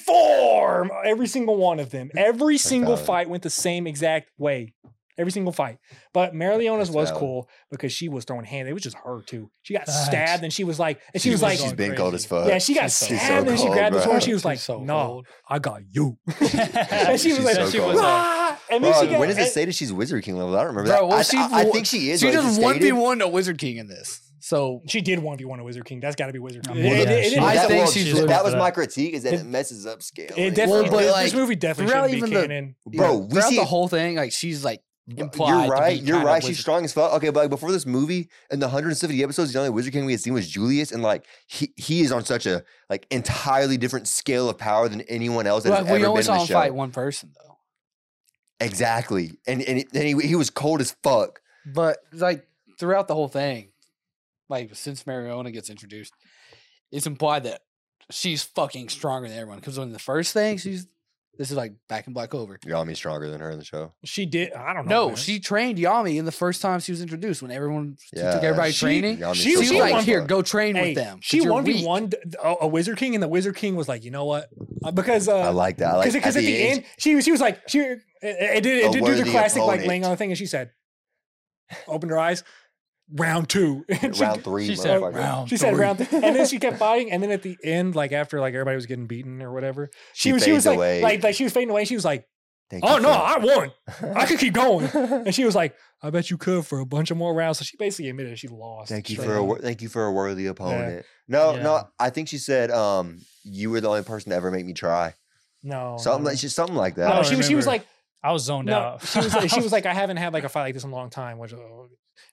S1: Transform. Every single one of them. Every single
S2: valid.
S1: fight went the same exact way. Every single fight. But Marileona's
S2: That's
S1: was
S2: valid.
S1: cool because she was throwing hand. It was just her, too. She got
S4: Facts.
S1: stabbed and she was like, and she
S2: Dude,
S1: was like,
S2: she's been
S4: going
S2: cold as
S4: crazy.
S2: fuck.
S1: yeah, she got
S3: she's so
S1: stabbed
S2: cold,
S1: and she grabbed the
S2: bro.
S1: sword. She was
S3: She's
S1: like, no,
S3: old.
S1: I got
S3: <laughs>
S1: you.
S4: and
S1: she was
S2: She's
S1: like-
S2: so
S4: she
S2: cold.
S4: was like,
S1: Rah! and then
S2: Bro,
S1: she got,
S2: when does it
S1: and-
S2: say that she's Wizard King level? I don't remember
S3: Bro,
S2: that.
S3: well,
S2: I,
S3: she
S2: I- I
S3: wa-
S2: think she is.
S3: she
S2: right? Is
S3: just
S2: it
S3: one v
S2: stated?
S3: one to Wizard King in this. So
S1: She did one v one a Wizard King. That's got to be Wizard King.
S4: I'm with
S1: It-
S4: that.
S1: it- it-
S4: She
S1: it-
S3: I
S2: That-
S3: think
S2: well,
S3: she's
S2: that,
S3: looking
S4: for
S2: was
S4: that.
S2: my critique is that
S1: It-
S2: it, messes up scale.
S1: It definitely.
S3: but,
S1: this,
S3: like,
S1: movie definitely
S3: throughout
S1: shouldn't be
S3: even the-
S1: canon.
S2: Bro, we
S3: throughout
S2: see
S3: the
S2: it-
S3: whole thing, like she's like implied.
S2: You're
S3: to be
S2: right. You're
S3: kind of
S2: right. She's
S3: Wizard-
S2: strong as fuck. Okay, but like before this movie, in the 170 episodes, the only Wizard King we had seen was Julius, and like he he is on such a like entirely different scale of power than anyone else that
S3: Like,
S2: has ever
S3: we
S2: been
S3: only
S2: in
S3: saw
S2: the
S3: him
S2: show.
S3: fight one person though.
S2: Exactly, and and, and he, he was cold as fuck.
S3: But like throughout the whole thing, like since Mariona gets introduced, it's implied that she's fucking stronger than everyone. Because when the first thing she's this is like back in Black Clover.
S2: Yami's stronger than her in the show.
S1: She did. I don't know.
S3: No,
S1: Oh, man.
S3: she trained Yami in the first time she was introduced when everyone she
S2: Yeah,
S3: took everybody
S2: she-
S3: training.
S2: Yami's
S1: she-
S3: She
S2: so
S3: was
S1: she
S2: cold as
S3: like,
S1: won-
S3: "Here,
S2: fuck."
S3: go train
S1: Hey,
S3: with them." 'cause
S1: She
S3: you're
S1: one v
S3: weak."
S1: one a a Wizard King, and the Wizard King was like, you know what? Uh, Because uh,
S2: I like that. I like
S1: Because at the end, she was she was like she it, it did
S2: A
S1: it did do the
S2: worthy
S1: classic like laying
S2: opponent.
S1: on the thing, and she said, opened her eyes, round two, <laughs> and
S3: <laughs>
S1: she,
S2: round three.
S4: she said
S2: motherfucker.
S4: round.
S1: she said
S4: three."
S1: round,
S2: <laughs>
S1: th- and then she kept fighting, and then at the end, like after like everybody was getting beaten or whatever, she, was she
S2: fades
S1: was like,
S2: away.
S1: like like she was fading away. and She was like,
S2: Thank
S1: oh
S2: you
S1: no,
S2: for-
S1: I won, I could
S2: <laughs>
S1: keep going, and she was like, I bet you could for a bunch of more rounds. So she basically admitted she lost.
S2: Thank you
S1: So-
S2: for a wor- thank you for a worthy opponent. No,
S4: Yeah.
S2: no, I think she said um you were the only person to ever make me try.
S1: no
S2: something
S1: Oh, no.
S2: like she, something like that.
S1: No,
S4: I
S1: she was she was
S4: remember.
S1: like.
S4: I was zoned
S1: No,
S4: out.
S1: she was like, she
S2: <laughs>
S1: was like, I haven't had like a fight like this in a long time, which uh,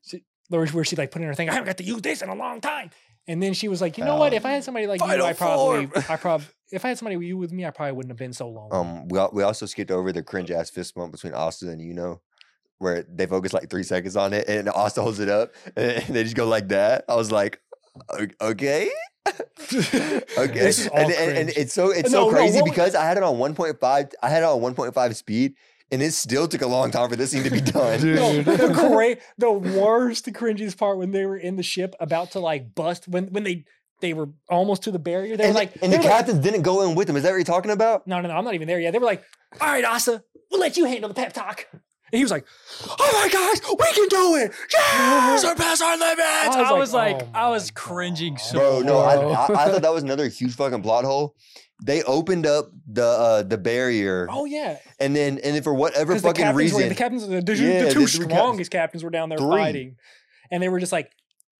S1: she, where, where she like put in her thing, I haven't got to use this in a long time. And then she was like, you know what? If I had somebody like you,
S2: Final
S1: I probably,
S2: form. <laughs>
S1: I probably, if I had somebody with you with me, I probably wouldn't have been so long. <laughs>
S2: Um, we al- we also skipped over the cringe ass fist bump between Austin and you know, where they focus like three seconds on it, and Austin holds it up, <laughs> and they just go like that. I was like, "O- okay, okay.
S1: This is all
S2: and, and, and
S1: cringe.
S2: it's so it's
S1: No,
S2: so
S1: no,
S2: crazy
S1: what we-
S2: because I had it on one point five. I had it on one point five speed, and it still took a long time for this scene to be <laughs> done.
S1: No, the cra- the worst, the cringiest part when they were in the ship about to like bust when when they they were almost to the barrier. They
S2: and,
S1: were like,
S2: and the
S1: they were like,
S2: captains didn't go in with them. Is that what you're talking about?
S1: no, no, no, I'm not even there yet. They were like, all right, Asa, we'll let you handle the pep talk. And he was like, oh my gosh, we can do it. Yeah,
S3: surpass our limits.
S4: I was like,
S1: oh
S4: I was
S1: my
S4: cringing
S1: God.
S4: so
S2: Bro, no, I,
S3: Bro.
S2: I, I thought that was another huge fucking plot hole. They opened up the uh, the barrier,
S1: Oh yeah,
S2: and then and then for whatever
S1: Because the
S2: fucking
S1: captains
S2: reason,
S1: Were, the captains, the, the,
S2: Yeah,
S1: the
S2: the
S1: two
S2: three
S1: strongest captains were down there
S2: Three.
S1: fighting, and they were just like,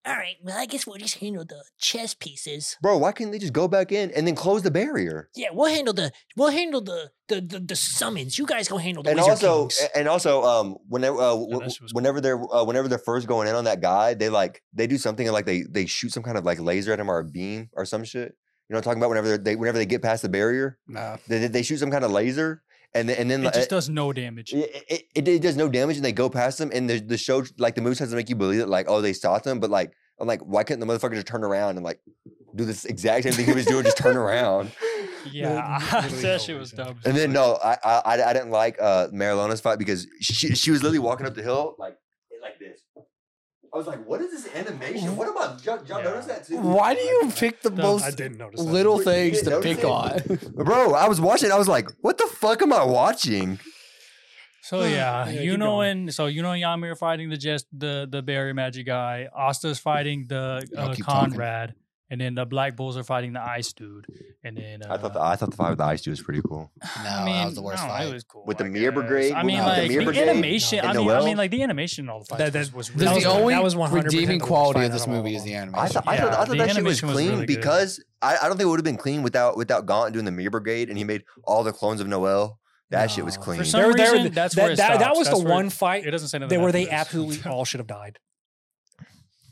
S5: All right, well, I guess we'll just handle the chess pieces.
S2: bro, why couldn't they just go back in and then close the barrier?
S5: Yeah, we'll handle the we'll handle the the the, the summons. You guys go handle the
S2: And
S5: Wizard
S2: also,
S5: Kings.
S2: and also, um, whenever uh, w-
S4: that shit was cool.
S2: whenever they're uh, whenever they're first going in on that guy, they like they do something and, like they they shoot some kind of like laser at him or a beam or some shit. You know what I'm talking about? Whenever they're- they whenever they get past the barrier,
S3: Nah.
S2: they, they shoot some kind of laser, and then, and then
S4: it
S2: like,
S4: just does no damage.
S2: Yeah, It, it, it, does no damage and they go past them and the, the show like the movie tries to make you believe that like oh they stopped them but like I'm like why couldn't the motherfucker just turn around and like do this exact same thing he was doing just turn <laughs> around
S4: Yeah, <laughs>
S1: literally no
S4: that shit was
S1: reason.
S4: dumb.
S2: and then no I I, I- I didn't like uh Marilona's fight because she she was literally walking up the hill like like this I was like what is this animation what about y'all, y'all
S1: Yeah.
S2: notice that too
S3: Why do you pick the
S4: No,
S1: "I
S3: most
S1: didn't notice." that."
S3: little
S2: You
S3: things
S2: didn't
S3: to pick on?
S2: notice bro I was watching I was like what the fuck am I watching
S4: So yeah,
S1: Yeah,
S4: you
S1: keep
S4: know
S1: going.
S4: when so you know Yami are fighting the just the the barrier magic guy. Asta's fighting the
S2: I'll
S4: uh,
S2: keep talking.
S4: Conrad, and then the Black Bulls are fighting the Ice Dude. And then uh,
S2: I thought the, I thought the fight with the ice dude was pretty cool
S3: No, Oh, that was the worst
S4: no,
S3: fight.
S4: It was cool
S2: With the
S4: I
S2: Mir
S4: guess.
S2: Brigade-
S4: I
S2: with
S4: mean,
S3: the
S4: like
S3: Mir
S4: the,
S2: Brigade
S4: animation.
S1: and
S4: I
S2: the
S4: mean, I
S2: well.
S4: mean, like the animation. in All the fights
S1: That- that-
S4: was, was
S1: This
S4: really
S1: is
S3: the
S1: that
S4: good.
S3: only
S1: was 100%
S3: redeeming
S1: the worst
S3: quality
S1: fight
S3: of this
S1: out of all
S3: movie
S1: of
S3: is the
S2: I
S3: animation.
S2: thought, I thought,
S4: Yeah,
S2: I thought
S4: the
S2: that shit was
S4: animation was
S2: clean
S4: really good.
S2: because I, I don't think it would have been clean without without Gaunt doing the Mir Brigade and he made all the clones of Noel. That shit was
S3: No.
S2: clean.
S4: For some
S1: There- there-
S4: reason, that's
S1: that,
S4: where it
S1: that, that
S4: stops.
S1: was
S4: That's
S1: the
S4: where
S1: one fight
S4: It doesn't say nothing.
S1: that where
S4: after
S1: they
S4: this.
S1: absolutely <laughs>
S4: <laughs>
S1: all should have died.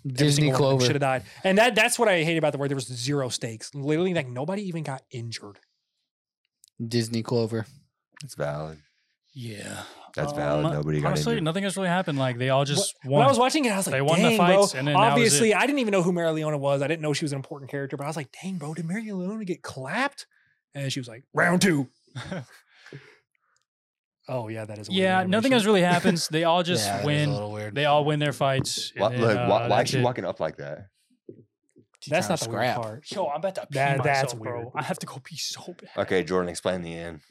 S3: Disney
S1: should
S3: Clover.
S1: have died, and that that's what I hate about the word. There was zero stakes. Literally, like nobody even got injured.
S3: Disney Clover.
S2: That's valid.
S4: Yeah,
S2: That's valid. Nobody got
S4: Um, honestly,
S2: injured.
S4: nothing has really happened. Like they all just
S1: Wh-
S4: won.
S1: When I was watching it, I was like,
S4: They won the
S1: dang,
S4: fights,
S1: bro.
S4: and then that was
S1: obviously, I didn't even know who Marileona was. I didn't know she was an important character, but I was like, dang, bro, did
S4: <laughs>
S1: Marileona get clapped? And she was like, round two. Oh yeah, that is. a weird
S4: Yeah, nothing
S1: animation.
S4: else really happens. They all just
S3: Yeah, that is a
S4: win.
S3: little weird.
S4: They all win their fights. and
S2: Why,
S4: then,
S2: look,
S4: uh,
S2: why, why
S4: that's
S2: is she
S4: it.
S2: walking up like that?
S3: She
S1: That's
S3: trying
S1: not
S3: to
S1: the weird part.
S4: Yo, I'm about to pee
S1: That- that's
S4: myself,
S1: weird.
S4: bro. I have to go pee so bad.
S2: Okay, Jordan, explain the end.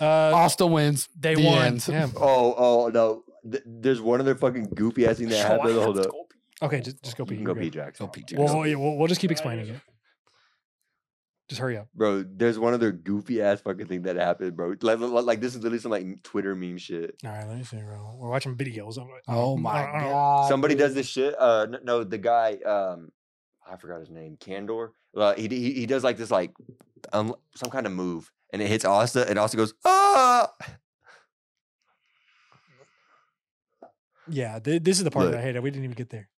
S1: Uh,
S3: Austin wins.
S4: They
S3: The
S4: won.
S3: end.
S4: <laughs>
S1: damn.
S2: Oh, oh no! Th- there's one other fucking goofy ass thing
S4: Yo,
S2: that
S4: I
S2: happened.
S4: have
S2: Hold
S4: to
S2: up,
S4: go pee.
S1: Okay, just just go pee.
S2: you can
S1: you're
S2: go
S1: good.
S2: pee, Jack.
S3: Go Pete Jackson.
S1: We'll, we'll, we'll just keep explaining it. Just hurry up.
S2: Bro, there's one other goofy ass fucking thing that happened, bro. Like, like, like this is literally some like Twitter meme shit.
S1: All right, let me see, bro. We're watching videos. of it.
S3: Oh my
S1: Uh, uh,
S3: god.
S2: Somebody does this shit. Uh, n- no, the guy, um, I forgot his name, Candor. Uh, he, he he does like this like um, some kind of move, and it hits Asta, and Asta goes
S1: <laughs>
S2: ah. <laughs>
S1: Yeah, th- this is the part
S2: Look.
S1: that I hated. We didn't even get there.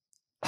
S1: <laughs>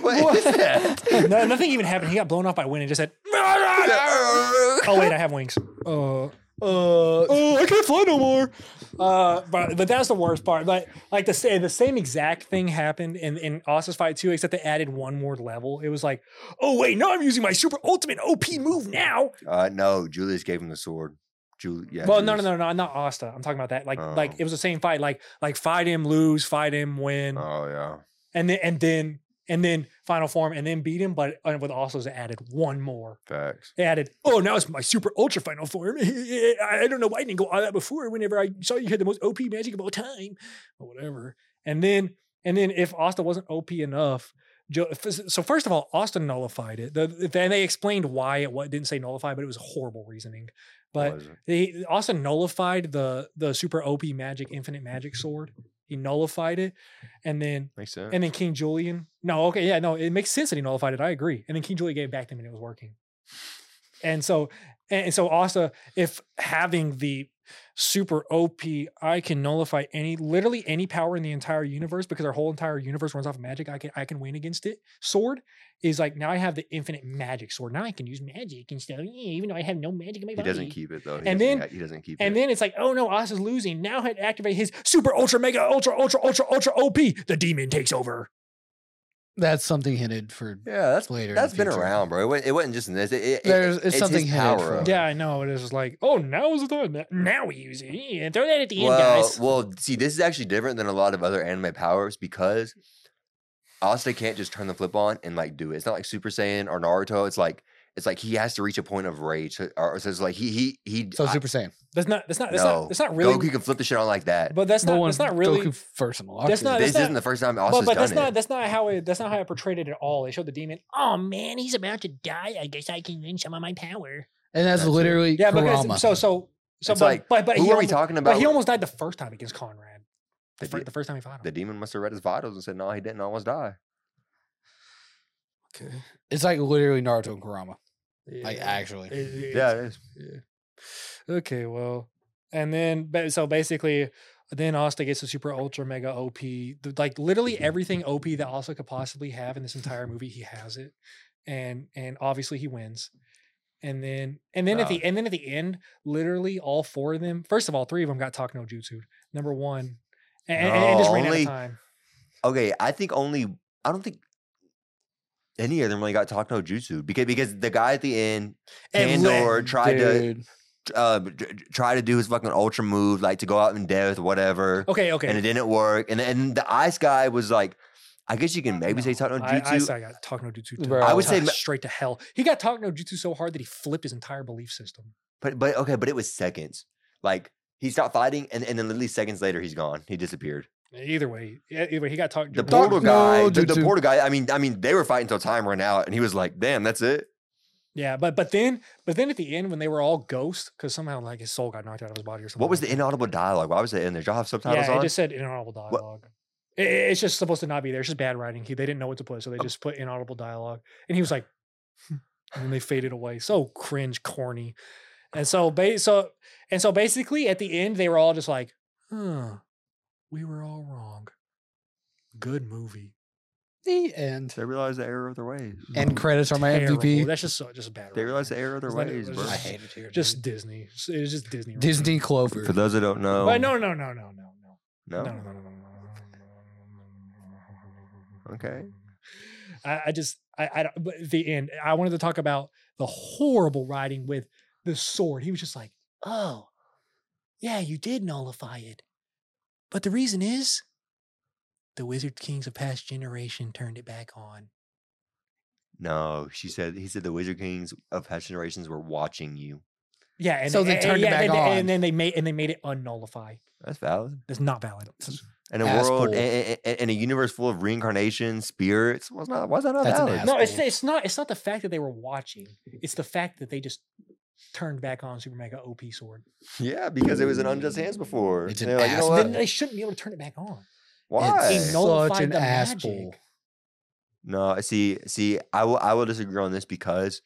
S2: what is that? <laughs>
S1: No, nothing even happened. He got blown off by wind and just said, <laughs> "Oh wait, I have wings." Uh, uh, oh, I can't fly no more. Uh, but but that's the worst part. But like the sa- the same exact thing happened in in Austin's fight too, except they added one more level. It was like, oh wait, now I'm using my super ultimate OP move now.
S2: Uh, no, Julius gave him the sword. Julius. Yeah,
S1: well, no, no,
S2: Julius.
S1: no, no, not Asta. I'm talking about that. Like, like
S2: Oh.
S1: it was the same fight. Like, like fight him, lose, fight him, win,
S2: Oh yeah.
S1: and then and then and then final form, and then beat him. But uh, with Asta's it added one more.
S2: Facts.
S1: It added, oh, now it's my super ultra final form. <laughs> I I don't know why I didn't go all that before. Whenever I saw you had the most OP magic of all time, or whatever. And then and then if Asta wasn't OP enough. Jo- So first of all, Austin nullified it. The- Then they explained why it wa- didn't say nullify, but it was horrible reasoning. But
S2: Was it?
S1: they also nullified the the super OP magic, infinite magic sword. He nullified it, and then
S2: makes sense.
S1: and then King Julian. No, okay, yeah, no, it makes sense that he nullified it. I agree. And then King Julian gave it back to him, and it was working. And so and and so also if having the super OP, I can nullify any literally any power in the entire universe because our whole entire universe runs off of magic. I can I can win against it. Sword is like now I have the infinite magic sword. Now I can use magic and stuff, even though I have no magic in my
S2: he
S1: body.
S2: doesn't keep it though. He doesn't
S1: And then-
S2: ha- he doesn't keep
S1: And
S2: it.
S1: then it's like, oh no, Oz is losing. Now had to activate his super ultra mega ultra ultra ultra ultra OP. The demon takes over.
S3: That's something hinted for
S2: yeah, that's
S3: later. in
S2: that's
S3: the
S2: been
S3: future.
S2: around, bro. It, wa- it wasn't just in this. It, it, it-
S3: There's- it's
S2: his
S3: something hidden
S2: power.
S3: from
S2: up.
S3: it.
S1: Yeah, I know. It is just like, oh, now is the time. Now we use it. Yeah, throw that at the end,
S2: Well,
S1: guys.
S2: well, see, this is actually different than a lot of other anime powers because Asta can't just turn the flip on and like do it. It's not like Super Saiyan or Naruto. It's like it's like he has to reach a point of rage. So- Or so it's like he he he.
S3: So
S2: I-
S3: Super Saiyan.
S1: That's not. That's not. That's
S2: no,
S1: not. That's not really.
S2: Goku can flip the shit on like that.
S1: but that's
S4: But
S1: not.
S4: when
S1: That's not really.
S3: Goku first unlocked.
S1: That's
S3: it.
S1: not-
S2: this isn't the first time Asta's
S1: But, but
S2: done
S1: that's
S2: it.
S1: not. That's not how it. That's not how I portrayed it at all. They showed the demon. Oh man, he's about to die. I guess I can win some of my power.
S3: and that's,
S2: That's it.
S3: literally
S1: Yeah,
S3: Kurama.
S1: because so so so.
S2: It's
S1: But,
S2: like,
S1: but but
S2: Who
S1: he
S2: are we
S1: almost,
S2: talking about?
S1: but he almost died the first time against Conrad. The,
S2: The
S1: fir-
S2: de-
S1: the first time he fought him.
S2: the demon must have read his vitals and said, "No, he didn't. I almost die."
S3: it's like literally Naruto and Kurama. Like
S1: Yeah.
S3: actually,
S1: It- it-
S2: Yeah, it is.
S1: Okay, well, and then ba- so basically, then Asta gets a super ultra mega OP. th- Like literally
S2: Mm-hmm.
S1: everything OP that Asta could possibly have in this entire movie, he has it, and and obviously he wins. And then and then at
S2: Nah.
S1: the and then at the end, literally all four of them. First of all, three of them got talk no jutsu. Number one, and, and, and just
S2: No,
S1: ran out
S2: only-
S1: of time.
S2: Okay, I think only I don't think any of them really got talk no jutsu because because the guy at the end,
S1: And let-
S2: Andor tried to
S3: dude.
S2: uh, tr- tr- try to do his fucking ultra move, like to go out in depth, whatever,
S1: Okay, okay.
S2: and it didn't work. And and the ice guy was like, I guess you can maybe say
S1: No,
S2: talk no
S1: I, I,
S2: jutsu.
S1: said I got talk no jutsu.
S3: Bro.
S1: I
S3: I
S1: would
S2: would say
S1: say
S2: ma-
S1: straight to hell. He got talk no jutsu so hard that he flipped his entire belief system.
S2: but but okay, but it was seconds. Like he stopped fighting, and, and then literally seconds later, he's gone. He disappeared.
S1: Either way, yeah, either way, he got talked.
S2: The
S1: to.
S3: Talk
S2: portal guy,
S3: no
S2: the, the
S3: jutsu.
S2: portal guy. I mean, I mean, they were fighting till time ran out, and he was like, "Damn, that's it."
S1: Yeah, but but then but then at the end when they were all ghosts, because somehow like his soul got knocked out of his body or something.
S2: What was the
S1: like
S2: inaudible dialogue? Why was it in there? Did y'all have
S1: that.
S2: subtitles
S1: Yeah,
S2: on?
S1: it just said inaudible dialogue. It, it- it's just supposed to not be there. It's just bad writing. He, they didn't know what to put, so they just put inaudible dialogue. And he was like, and then they faded away. So cringe, corny. And so ba- so and so basically at the end they were all just like, huh, we were all wrong. Good movie.
S3: the end.
S2: They realized the error of their ways.
S3: End credits are my
S1: Terrible.
S3: MVP.
S1: That's just so just bad.
S2: They
S1: writing.
S2: realized the error of their
S1: Just let it-
S2: ways,
S1: let's
S2: bro.
S3: I hate it here. dude.
S1: just Disney. It's it's just Disney. writing.
S3: Disney Clover.
S2: For those that don't know,
S1: But no, no, no, no, no, no.
S2: no,
S1: No, no, no, no, no, no, no, no.
S2: Okay.
S1: I, I just, I, I don't, but the end, I wanted to talk about the horrible writing with the sword. He was just like, oh, yeah, you did nullify it. But the reason is the Wizard Kings of past generation turned it back on.
S2: No, she said. He said the Wizard Kings of past generations were watching you.
S1: Yeah, and
S3: So they
S1: and-
S3: turned it
S1: yeah,
S3: back
S1: and,
S3: on.
S1: and then they made and they made it unnullify.
S2: That's valid.
S1: That's not valid.
S2: And a world
S3: Asshole.
S2: and, a universe full of reincarnation spirits. Why's not? Why's that not
S3: That's an
S2: valid?
S1: no, it's
S3: asshole.
S1: it's not it's not the fact that they were watching. It's the fact that they just turned back on Super Mega OP sword.
S2: <laughs> Yeah, because it was an unjust hands before.
S3: It's
S2: And
S3: an
S2: they're like, you know
S3: ass-
S1: Then
S2: what?
S1: they shouldn't be able to turn it back on.
S2: Why?
S1: They
S3: Such
S1: nullified
S3: an
S1: the
S3: asshole.
S1: magic.
S2: No, see, see, I will, I will disagree on this because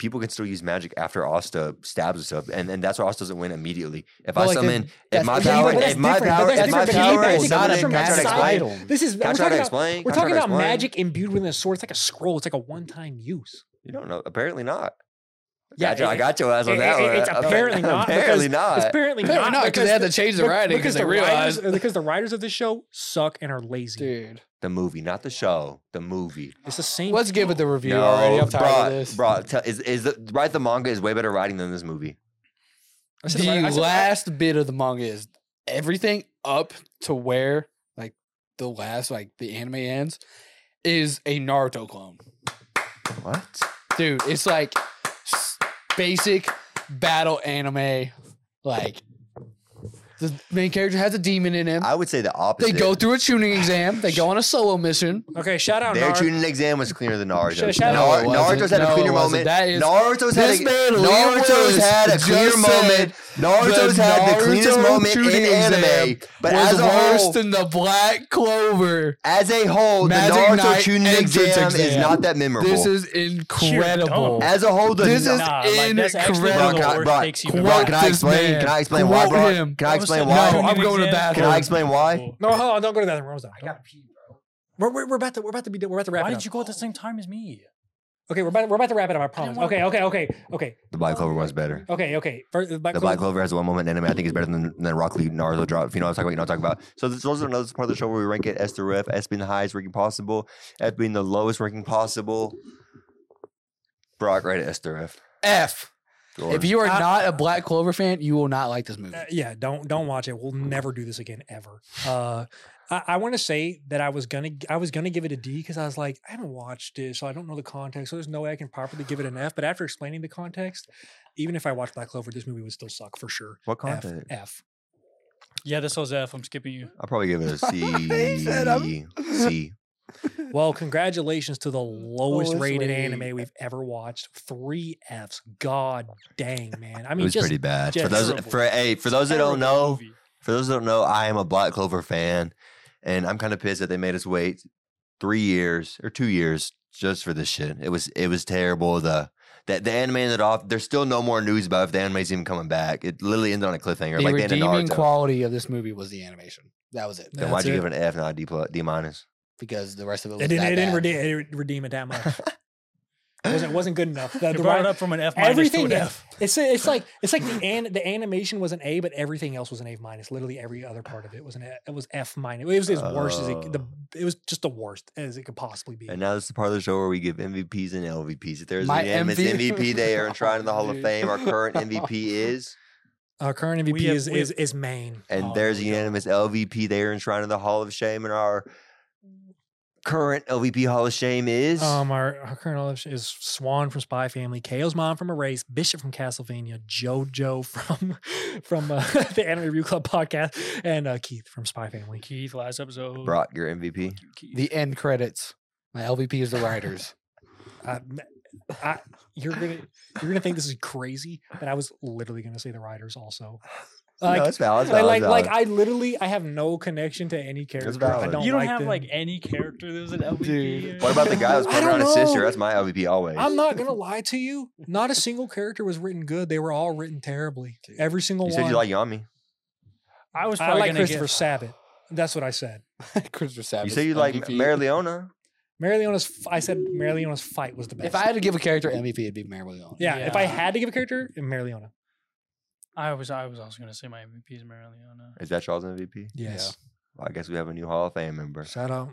S2: people can still use magic after Asta stabs herself, and and that's why Asta doesn't win immediately. If
S3: But,
S2: I
S3: like,
S2: summon, if
S3: that's-
S2: my
S3: okay,
S2: power,
S3: but that's
S2: if my
S1: different, but
S2: power,
S1: that's
S2: if my
S1: different because
S2: power,
S1: people
S2: is
S1: think
S2: not
S1: that's
S2: a
S1: from
S2: contract
S1: outside.
S2: explain.
S1: This is we're
S2: Can I try
S1: talking
S2: to
S1: about,
S2: explain?
S1: we're
S2: Can I try
S1: talking
S2: to
S1: about
S2: explain?
S1: magic imbued within a sword. It's like a scroll. It's like a one-time use.
S2: You don't know. Apparently not.
S1: Yeah,
S2: Gotcha, I
S1: it-
S2: got your ass on
S1: it-
S2: that
S1: it-
S2: one.
S1: it's
S2: <laughs>
S1: apparently not, because
S2: Apparently
S1: It's
S2: not.
S1: apparently
S3: Apparently
S1: not,
S3: not, 'cause they had to change the
S1: be-
S3: writing 'cause they realized.
S1: writers, uh, because the writers of this show suck and are lazy.
S3: dude.
S2: The movie, not the show. The movie.
S1: It's the same.
S3: Let's give it the review already. I'm tired
S2: bro,
S3: of this.
S2: bro, tell- is is the right? The manga is way better writing than this movie.
S1: I said the
S3: the
S1: writer- I said- I-
S3: last bit of the manga is everything up to where like the last like the anime ends is a Naruto clone,
S2: What?
S3: dude. It's like s- basic battle anime. Like the main character has a demon in him.
S2: I would say the opposite.
S3: They go through a tuning exam. They go on a solo mission.
S1: okay, shout out.
S2: Their
S1: Naruto.
S2: tuning exam was cleaner than
S1: Shut-
S2: Naruto's. Nar-
S1: shut up.
S3: No, it wasn't.
S2: Naruto's had
S3: No,
S2: a
S3: it
S2: cleaner
S3: wasn't.
S2: moment.
S3: That is-
S2: Naruto's had
S3: this
S2: a,
S3: man
S2: Naruto's
S3: Leonardo
S2: had a
S3: just
S2: clear
S3: said
S2: moment. Naruto's had the cleanest
S3: Naruto
S2: moment in
S3: tuning
S2: anime.
S3: exam
S2: But
S3: was
S2: as a
S3: worse
S2: whole,
S3: than the Black Clover.
S2: as a whole, the
S3: Magic
S2: Naruto
S3: Knight
S2: tuning
S3: entrance
S2: exam is
S3: exam.
S2: not that memorable.
S3: This is incredible.
S2: as a whole, the
S3: This is
S4: Nah, like, that's actually one of
S2: Bro,
S4: the
S2: can I,
S4: worst
S2: bro,
S4: takes you've
S2: bro,
S4: ever
S3: Quote
S2: can I
S3: this
S2: explain?
S3: man.
S2: Can I explain why,
S3: Quote
S2: bro?
S3: him.
S2: Can I explain
S3: sudden-
S2: why?
S3: No, I'm going to
S2: Can I explain why?
S1: No, hold on. Don't go to that room. I got pee, bro. We're, we're, we're about to we're about to be done- we're about to wrap
S4: Why
S1: it
S4: did
S1: up.
S4: you go at the same time as me?
S1: Okay, we're about, we're about to wrap it up. I promise.
S4: wanna-
S1: Okay, okay, okay, okay,
S2: The Black Clover was better.
S1: okay, okay. First, the Black
S2: The Black Clover has one moment in anime I think is better than, than Rock Lee Naruto Drop. If you know what I'm talking about, you know what I'm talking about. So this, those are another part of the show where we rank it S to F, S being the highest ranking possible, F being the lowest ranking possible. Brock, right at S to F.
S3: F.
S2: Jordan.
S3: If you are
S1: I-
S3: not a Black Clover fan, you will not like this movie.
S1: Uh, yeah, don't don't watch it. We'll never do this again ever. Uh, I, I want to say that I was gonna I was gonna give it a D because I was like I haven't watched it, so I don't know the context. So there's no way I can properly give it an F. But after explaining the context, even if I watched Black Clover, this movie would still suck for sure.
S2: what
S1: F
S2: content?
S1: F.
S4: Yeah, this was F. I'm skipping you.
S2: I'll probably give it a
S3: He said
S2: C.
S3: I'm-
S2: C.
S1: Well, congratulations to the lowest,
S3: Lowest
S1: rated
S3: rated.
S1: anime we've ever watched. Three Fs. God dang man. I
S2: it
S1: mean,
S2: was
S1: just
S2: pretty bad. For
S1: just
S2: those
S4: terrible.
S2: for hey, for those that don't
S4: Terrible
S2: know,
S4: movie.
S2: For those that don't know, I am a Black Clover fan, and I'm kind of pissed that they made us wait three years or two years just for this shit. It was it was terrible. The that the anime ended off. There's still no more news about if the anime's even coming back. It literally ended on a cliffhanger,
S3: the
S2: like they ended
S3: redeeming
S2: Naruto.
S3: quality of this movie was the animation. That was it.
S2: then
S1: That's
S2: why'd you
S1: it.
S2: give it an F, not a D plus, D minus?
S3: Because the rest of it was
S1: it didn't
S3: that
S1: it didn't
S3: bad.
S1: redeem, it didn't redeem it that much. It wasn't, it wasn't good enough. The-
S4: It
S1: the
S4: brought
S1: ri-
S4: it up from an F minus
S1: everything
S4: to an
S1: that-
S4: F.
S1: It's it's like it's like the an, the animation was an A, but everything else was an A minus. Literally every other part of it was an A, it was F minus. It was as worst as it the
S2: Oh.
S1: it was just the worst as it could possibly be.
S2: And now this is the part of the show where we give MVPs and LVPs. If there's
S3: My
S2: an unanimous
S3: MV
S2: MVP, they are enshrined in the Hall of
S3: Dude.
S2: Fame. Our current MVP is,
S1: Our Uh, current MVP
S4: We have-
S1: is,
S4: we
S1: is
S4: have-
S1: is Maine.
S2: and
S4: Oh,
S2: there's a
S4: there we go.
S2: unanimous LVP. They are enshrined in the Hall of Shame, and our current LVP Hall of Shame is.
S1: Um, our, our current option is Swan from Spy Family, Kale's mom from Erase, Bishop from Castlevania, JoJo from <laughs> from uh, the Anime Review Club podcast, and uh, Keith from Spy Family.
S4: Keith, last episode.
S2: Brock, your MVP.
S4: Keith.
S3: The end credits. My LVP is the writers. <laughs>
S1: I, I, you're gonna you're gonna think this is crazy, but I was literally gonna say the writers also. Like,
S2: no, it's valid. It's
S1: like,
S2: valid,
S1: like,
S2: it's
S1: like
S2: valid.
S1: I literally I have no connection to any character. I
S2: valid.
S1: don't
S4: you don't
S1: like
S4: have
S1: them.
S4: like any character that was an LVP.
S3: Dude.
S2: what about the guy that was
S1: <laughs> I
S2: playing around
S1: don't
S2: his sister?
S1: know.
S2: That's my LVP always.
S1: I'm not
S4: <laughs>
S1: gonna lie to you. Not a single character was written good. They were all written terribly. Every single
S2: you
S1: one.
S2: said you like Yami.
S4: I was
S1: I
S4: probably
S1: like
S4: gonna
S1: Christopher
S4: get,
S1: Sabbett. That's what I said.
S3: Christopher
S2: You
S3: Savage.
S2: said you like
S3: MVP.
S2: Mary Leona.
S1: Mary Leona's. f- I said Mary Leona's fight was the best.
S3: If I had to give a character MVP, it'd be Mary Leona.
S1: yeah, if I
S4: Yeah.
S1: had to give a character, Mary Leona.
S4: <laughs> I was I was also gonna say my MVP is Marileona.
S2: Is that y'all's MVP?
S1: Yes.
S2: Well, I guess we have a new Hall of Fame member.
S1: Shout out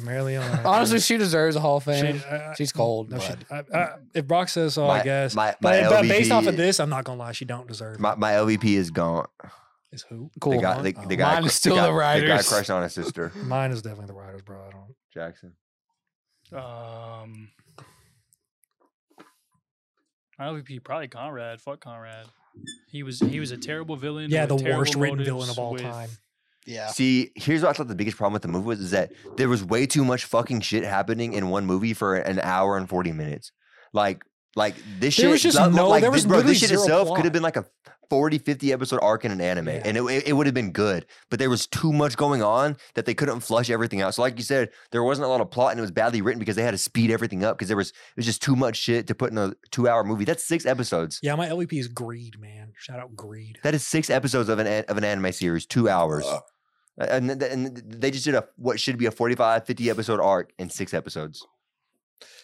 S1: Mary Leona.
S3: <laughs> Honestly, she deserves a Hall of
S1: She-
S3: Fame.
S1: I- I-
S3: She's cold.
S1: No, she,
S3: but
S1: I, I, if Brock says so,
S2: my,
S1: I guess.
S2: My, my
S1: But, but
S2: LVP,
S1: based off of this, I'm not gonna lie, she don't deserve.
S2: my,
S1: it.
S2: my LVP is gone.
S1: Is who?
S3: Cool.
S2: the guy,
S3: huh?
S2: the,
S1: Oh,
S2: the guy,
S3: mine
S2: cr-
S3: is still the
S2: guy, guy
S3: Riders.
S2: crushed on
S1: <laughs>
S2: his sister,
S1: Mine is definitely the Riders, bro. I don't.
S2: Jackson.
S4: Um, my LVP probably Conrad. Fuck Conrad. He was he was a terrible villain.
S1: Yeah, the
S4: with terrible
S1: worst written villain of
S4: motives
S1: all
S4: with-
S1: time.
S3: yeah.
S2: See, here's what I thought the biggest problem with the movie was is that there was way too much fucking shit happening in one movie for an hour and 40 minutes. Like, like this
S1: There
S2: shit,
S1: was just
S2: like,
S1: no-
S2: like,
S1: there
S2: this,
S1: was
S2: bro,
S1: literally
S2: this shit
S1: zero
S2: itself could
S1: plot.
S2: have been like a 40, 50 episode arc in an anime
S1: Yeah.
S2: and it, it, it would have been good, but there was too much going on that they couldn't flush everything out. So, like you said, there wasn't a lot of plot and it was badly written because they had to speed everything up because there was, it was just too much shit to put in a two hour movie. That's six episodes.
S1: Yeah, my LVP is Greed, man. Shout out Greed.
S2: That is six episodes of an an- of an anime series, two hours.
S1: Ugh.
S2: A- And, th- and th- they just did a what should be a 45, 50 episode arc in six episodes.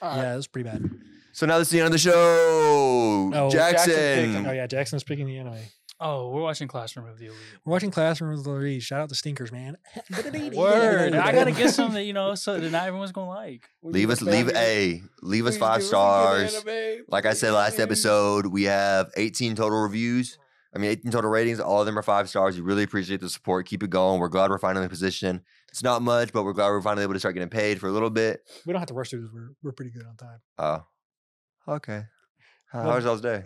S2: Uh,
S3: All right.
S1: Yeah, that's pretty bad.
S2: So now this is the end of the show.
S1: Oh,
S2: Jackson.
S3: Jackson picked him.
S1: Oh yeah, Jackson's picking the anime.
S4: Oh, we're watching Classroom of the
S2: <laughs>
S4: Elite.
S1: We're watching Classroom of the Elite. Shout out the stinkers, man. <laughs>
S4: Word. I
S2: <laughs>
S4: gotta get some that you know so that not everyone's gonna like.
S2: Leave us leave a leave us five stars. Like I said last episode, we have 18 total reviews. I mean, 18 total ratings. All of them are five stars. We really appreciate the support. Keep it going. We're glad we're finally in a position. It's not much, but we're glad we're finally able to start getting paid for a little bit.
S1: We don't have to rush through this. We're, we're pretty good on time. <laughs>
S2: Uh, okay. How,
S1: Well-
S2: how was y'all's day?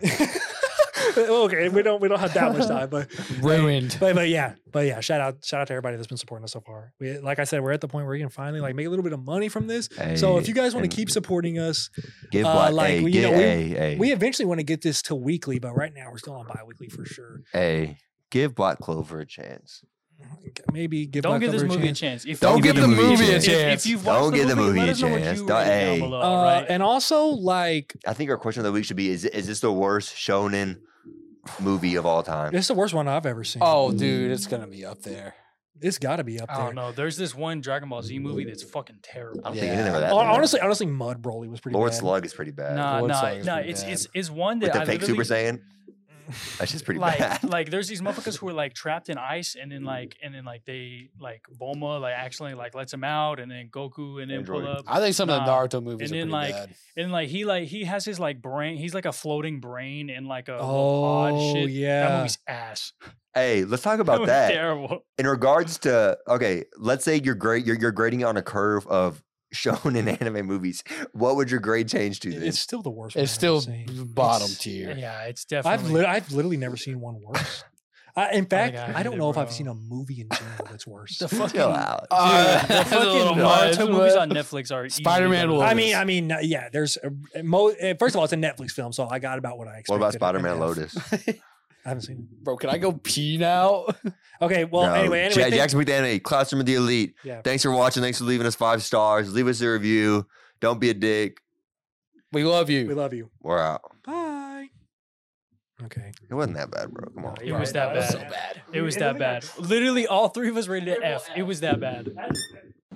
S1: okay, we don't we don't have that much time, but
S3: Ruined.
S1: but but yeah, but yeah. Shout out shout out to everybody that's been supporting us so far. We like I said, we're at the point where we can finally like make a little bit of money from this. So if
S2: Hey,
S1: you guys want
S2: and
S1: to keep supporting us,
S2: give
S1: uh,
S2: what
S1: like,
S2: hey,
S1: you
S2: get
S1: know, we-
S2: hey, hey,
S1: we eventually want to get this to weekly, but right now we're still on bi-weekly for sure.
S2: hey, give Black Clover a chance.
S1: Maybe give
S4: Don't
S1: Black
S4: give this
S1: Clover a
S4: movie a
S1: chance.
S4: chance. If
S2: Don't
S4: you-
S2: give
S4: if-
S2: the movie a
S4: if-
S3: chance.
S4: If you've
S2: Don't
S4: watched
S2: give the movie
S4: let
S2: a
S4: us know what you
S2: chance.
S4: rate
S2: Don't-
S4: it down
S2: hey.
S4: below,
S1: Uh,
S4: right?
S1: And also like
S2: I think our question of the week should be: Is is this the worst shonen movie of all time?
S1: It's the worst one I've ever seen.
S3: Oh, dude, it's gonna be up there.
S1: it's got to be up
S4: I
S1: there.
S4: don't know. There's this one Dragon Ball Z movie that's fucking terrible.
S2: I don't
S4: Nah,
S3: Yeah.
S2: think anything of that.
S1: Hon-
S2: bad.
S1: Honestly, honestly, Mud Broly was pretty
S2: Lord
S1: bad.
S2: Slug is pretty bad.
S4: nah,
S3: Lord
S4: nah.
S3: Slug is pretty
S4: It's
S3: bad.
S4: it's it's one
S2: With
S4: that
S2: the
S4: I
S2: fake
S4: literally
S2: Super
S4: <laughs>
S2: Saiyan, that's just pretty
S4: like
S2: bad.
S4: like there's these motherfuckers who are like trapped in ice and
S2: <laughs>
S4: then like and then like they like Bulma like accidentally like lets him out and then Goku and then pull
S2: Android.
S4: up
S3: I think some of the
S4: Nah.
S3: Naruto movies
S4: And
S3: are
S4: then,
S3: pretty
S4: like,
S3: bad.
S4: and like he like he has his like brain he's like a floating brain in like a little pod
S1: Oh
S4: shit. That
S1: yeah,
S4: movie's ass.
S2: <laughs> hey, let's talk
S4: That <laughs>
S2: about
S4: was
S2: that.
S4: terrible.
S2: In regards to okay, let's say you're great. You're you're grading on a curve of <laughs> shonen anime movies. What would your grade change to
S1: It-
S2: this?
S1: it's still the worst. one
S3: It's
S1: I've
S3: still
S1: seen.
S3: bottom
S1: It's-
S3: tier.
S4: Yeah, it's definitely. Oh
S1: I've
S4: <laughs>
S1: lit I've literally never seen one worse. I, in
S4: think
S1: fact,
S4: I
S1: I,
S4: did
S1: don't
S4: it,
S1: know if I've
S4: bro.
S1: seen a movie in general that's worse.
S4: the
S2: Chill
S4: fucking
S2: out.
S3: Uh,
S4: the
S3: that's a
S4: fucking
S3: little much,
S4: Naruto movies
S3: but-
S4: on Netflix are easily
S3: Spider-Man
S4: better.
S3: will-
S4: I
S1: I
S4: mean,
S1: mean,
S3: Lotus.
S1: I mean, uh, yeah. There's a, mo- uh, first of all, it's a Netflix film, so I got about what I
S2: What
S1: expected.
S2: about
S1: it to
S2: Spider Man
S1: have.
S2: Lotus?
S1: I haven't seen it.
S3: Bro, can I go pee now? <laughs>
S1: Okay, well,
S2: No,
S1: anyway, anyway,
S2: Ja-
S1: thank-
S2: Jackson with the Anime, Classroom of the Elite.
S1: Yeah.
S2: Thanks for watching. Thanks for leaving us five stars. Leave us a review. Don't be a dick.
S3: We love you.
S1: we love you.
S2: We're out.
S1: Bye. Okay.
S2: It wasn't that bad, bro. Come on.
S4: It was that
S3: so
S4: bad.
S3: bad.
S4: it was that bad. Literally, all three of us rated it F. It was that bad.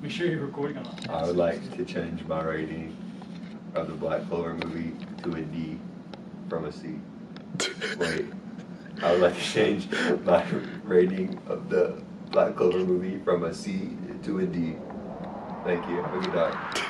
S4: We sure you're recording on.
S2: I would like to change my rating of the Black Clover movie to a D from a C. Wait. I would like to change my rating of the Black Clover movie from a C to a D. Thank you. Have a good night.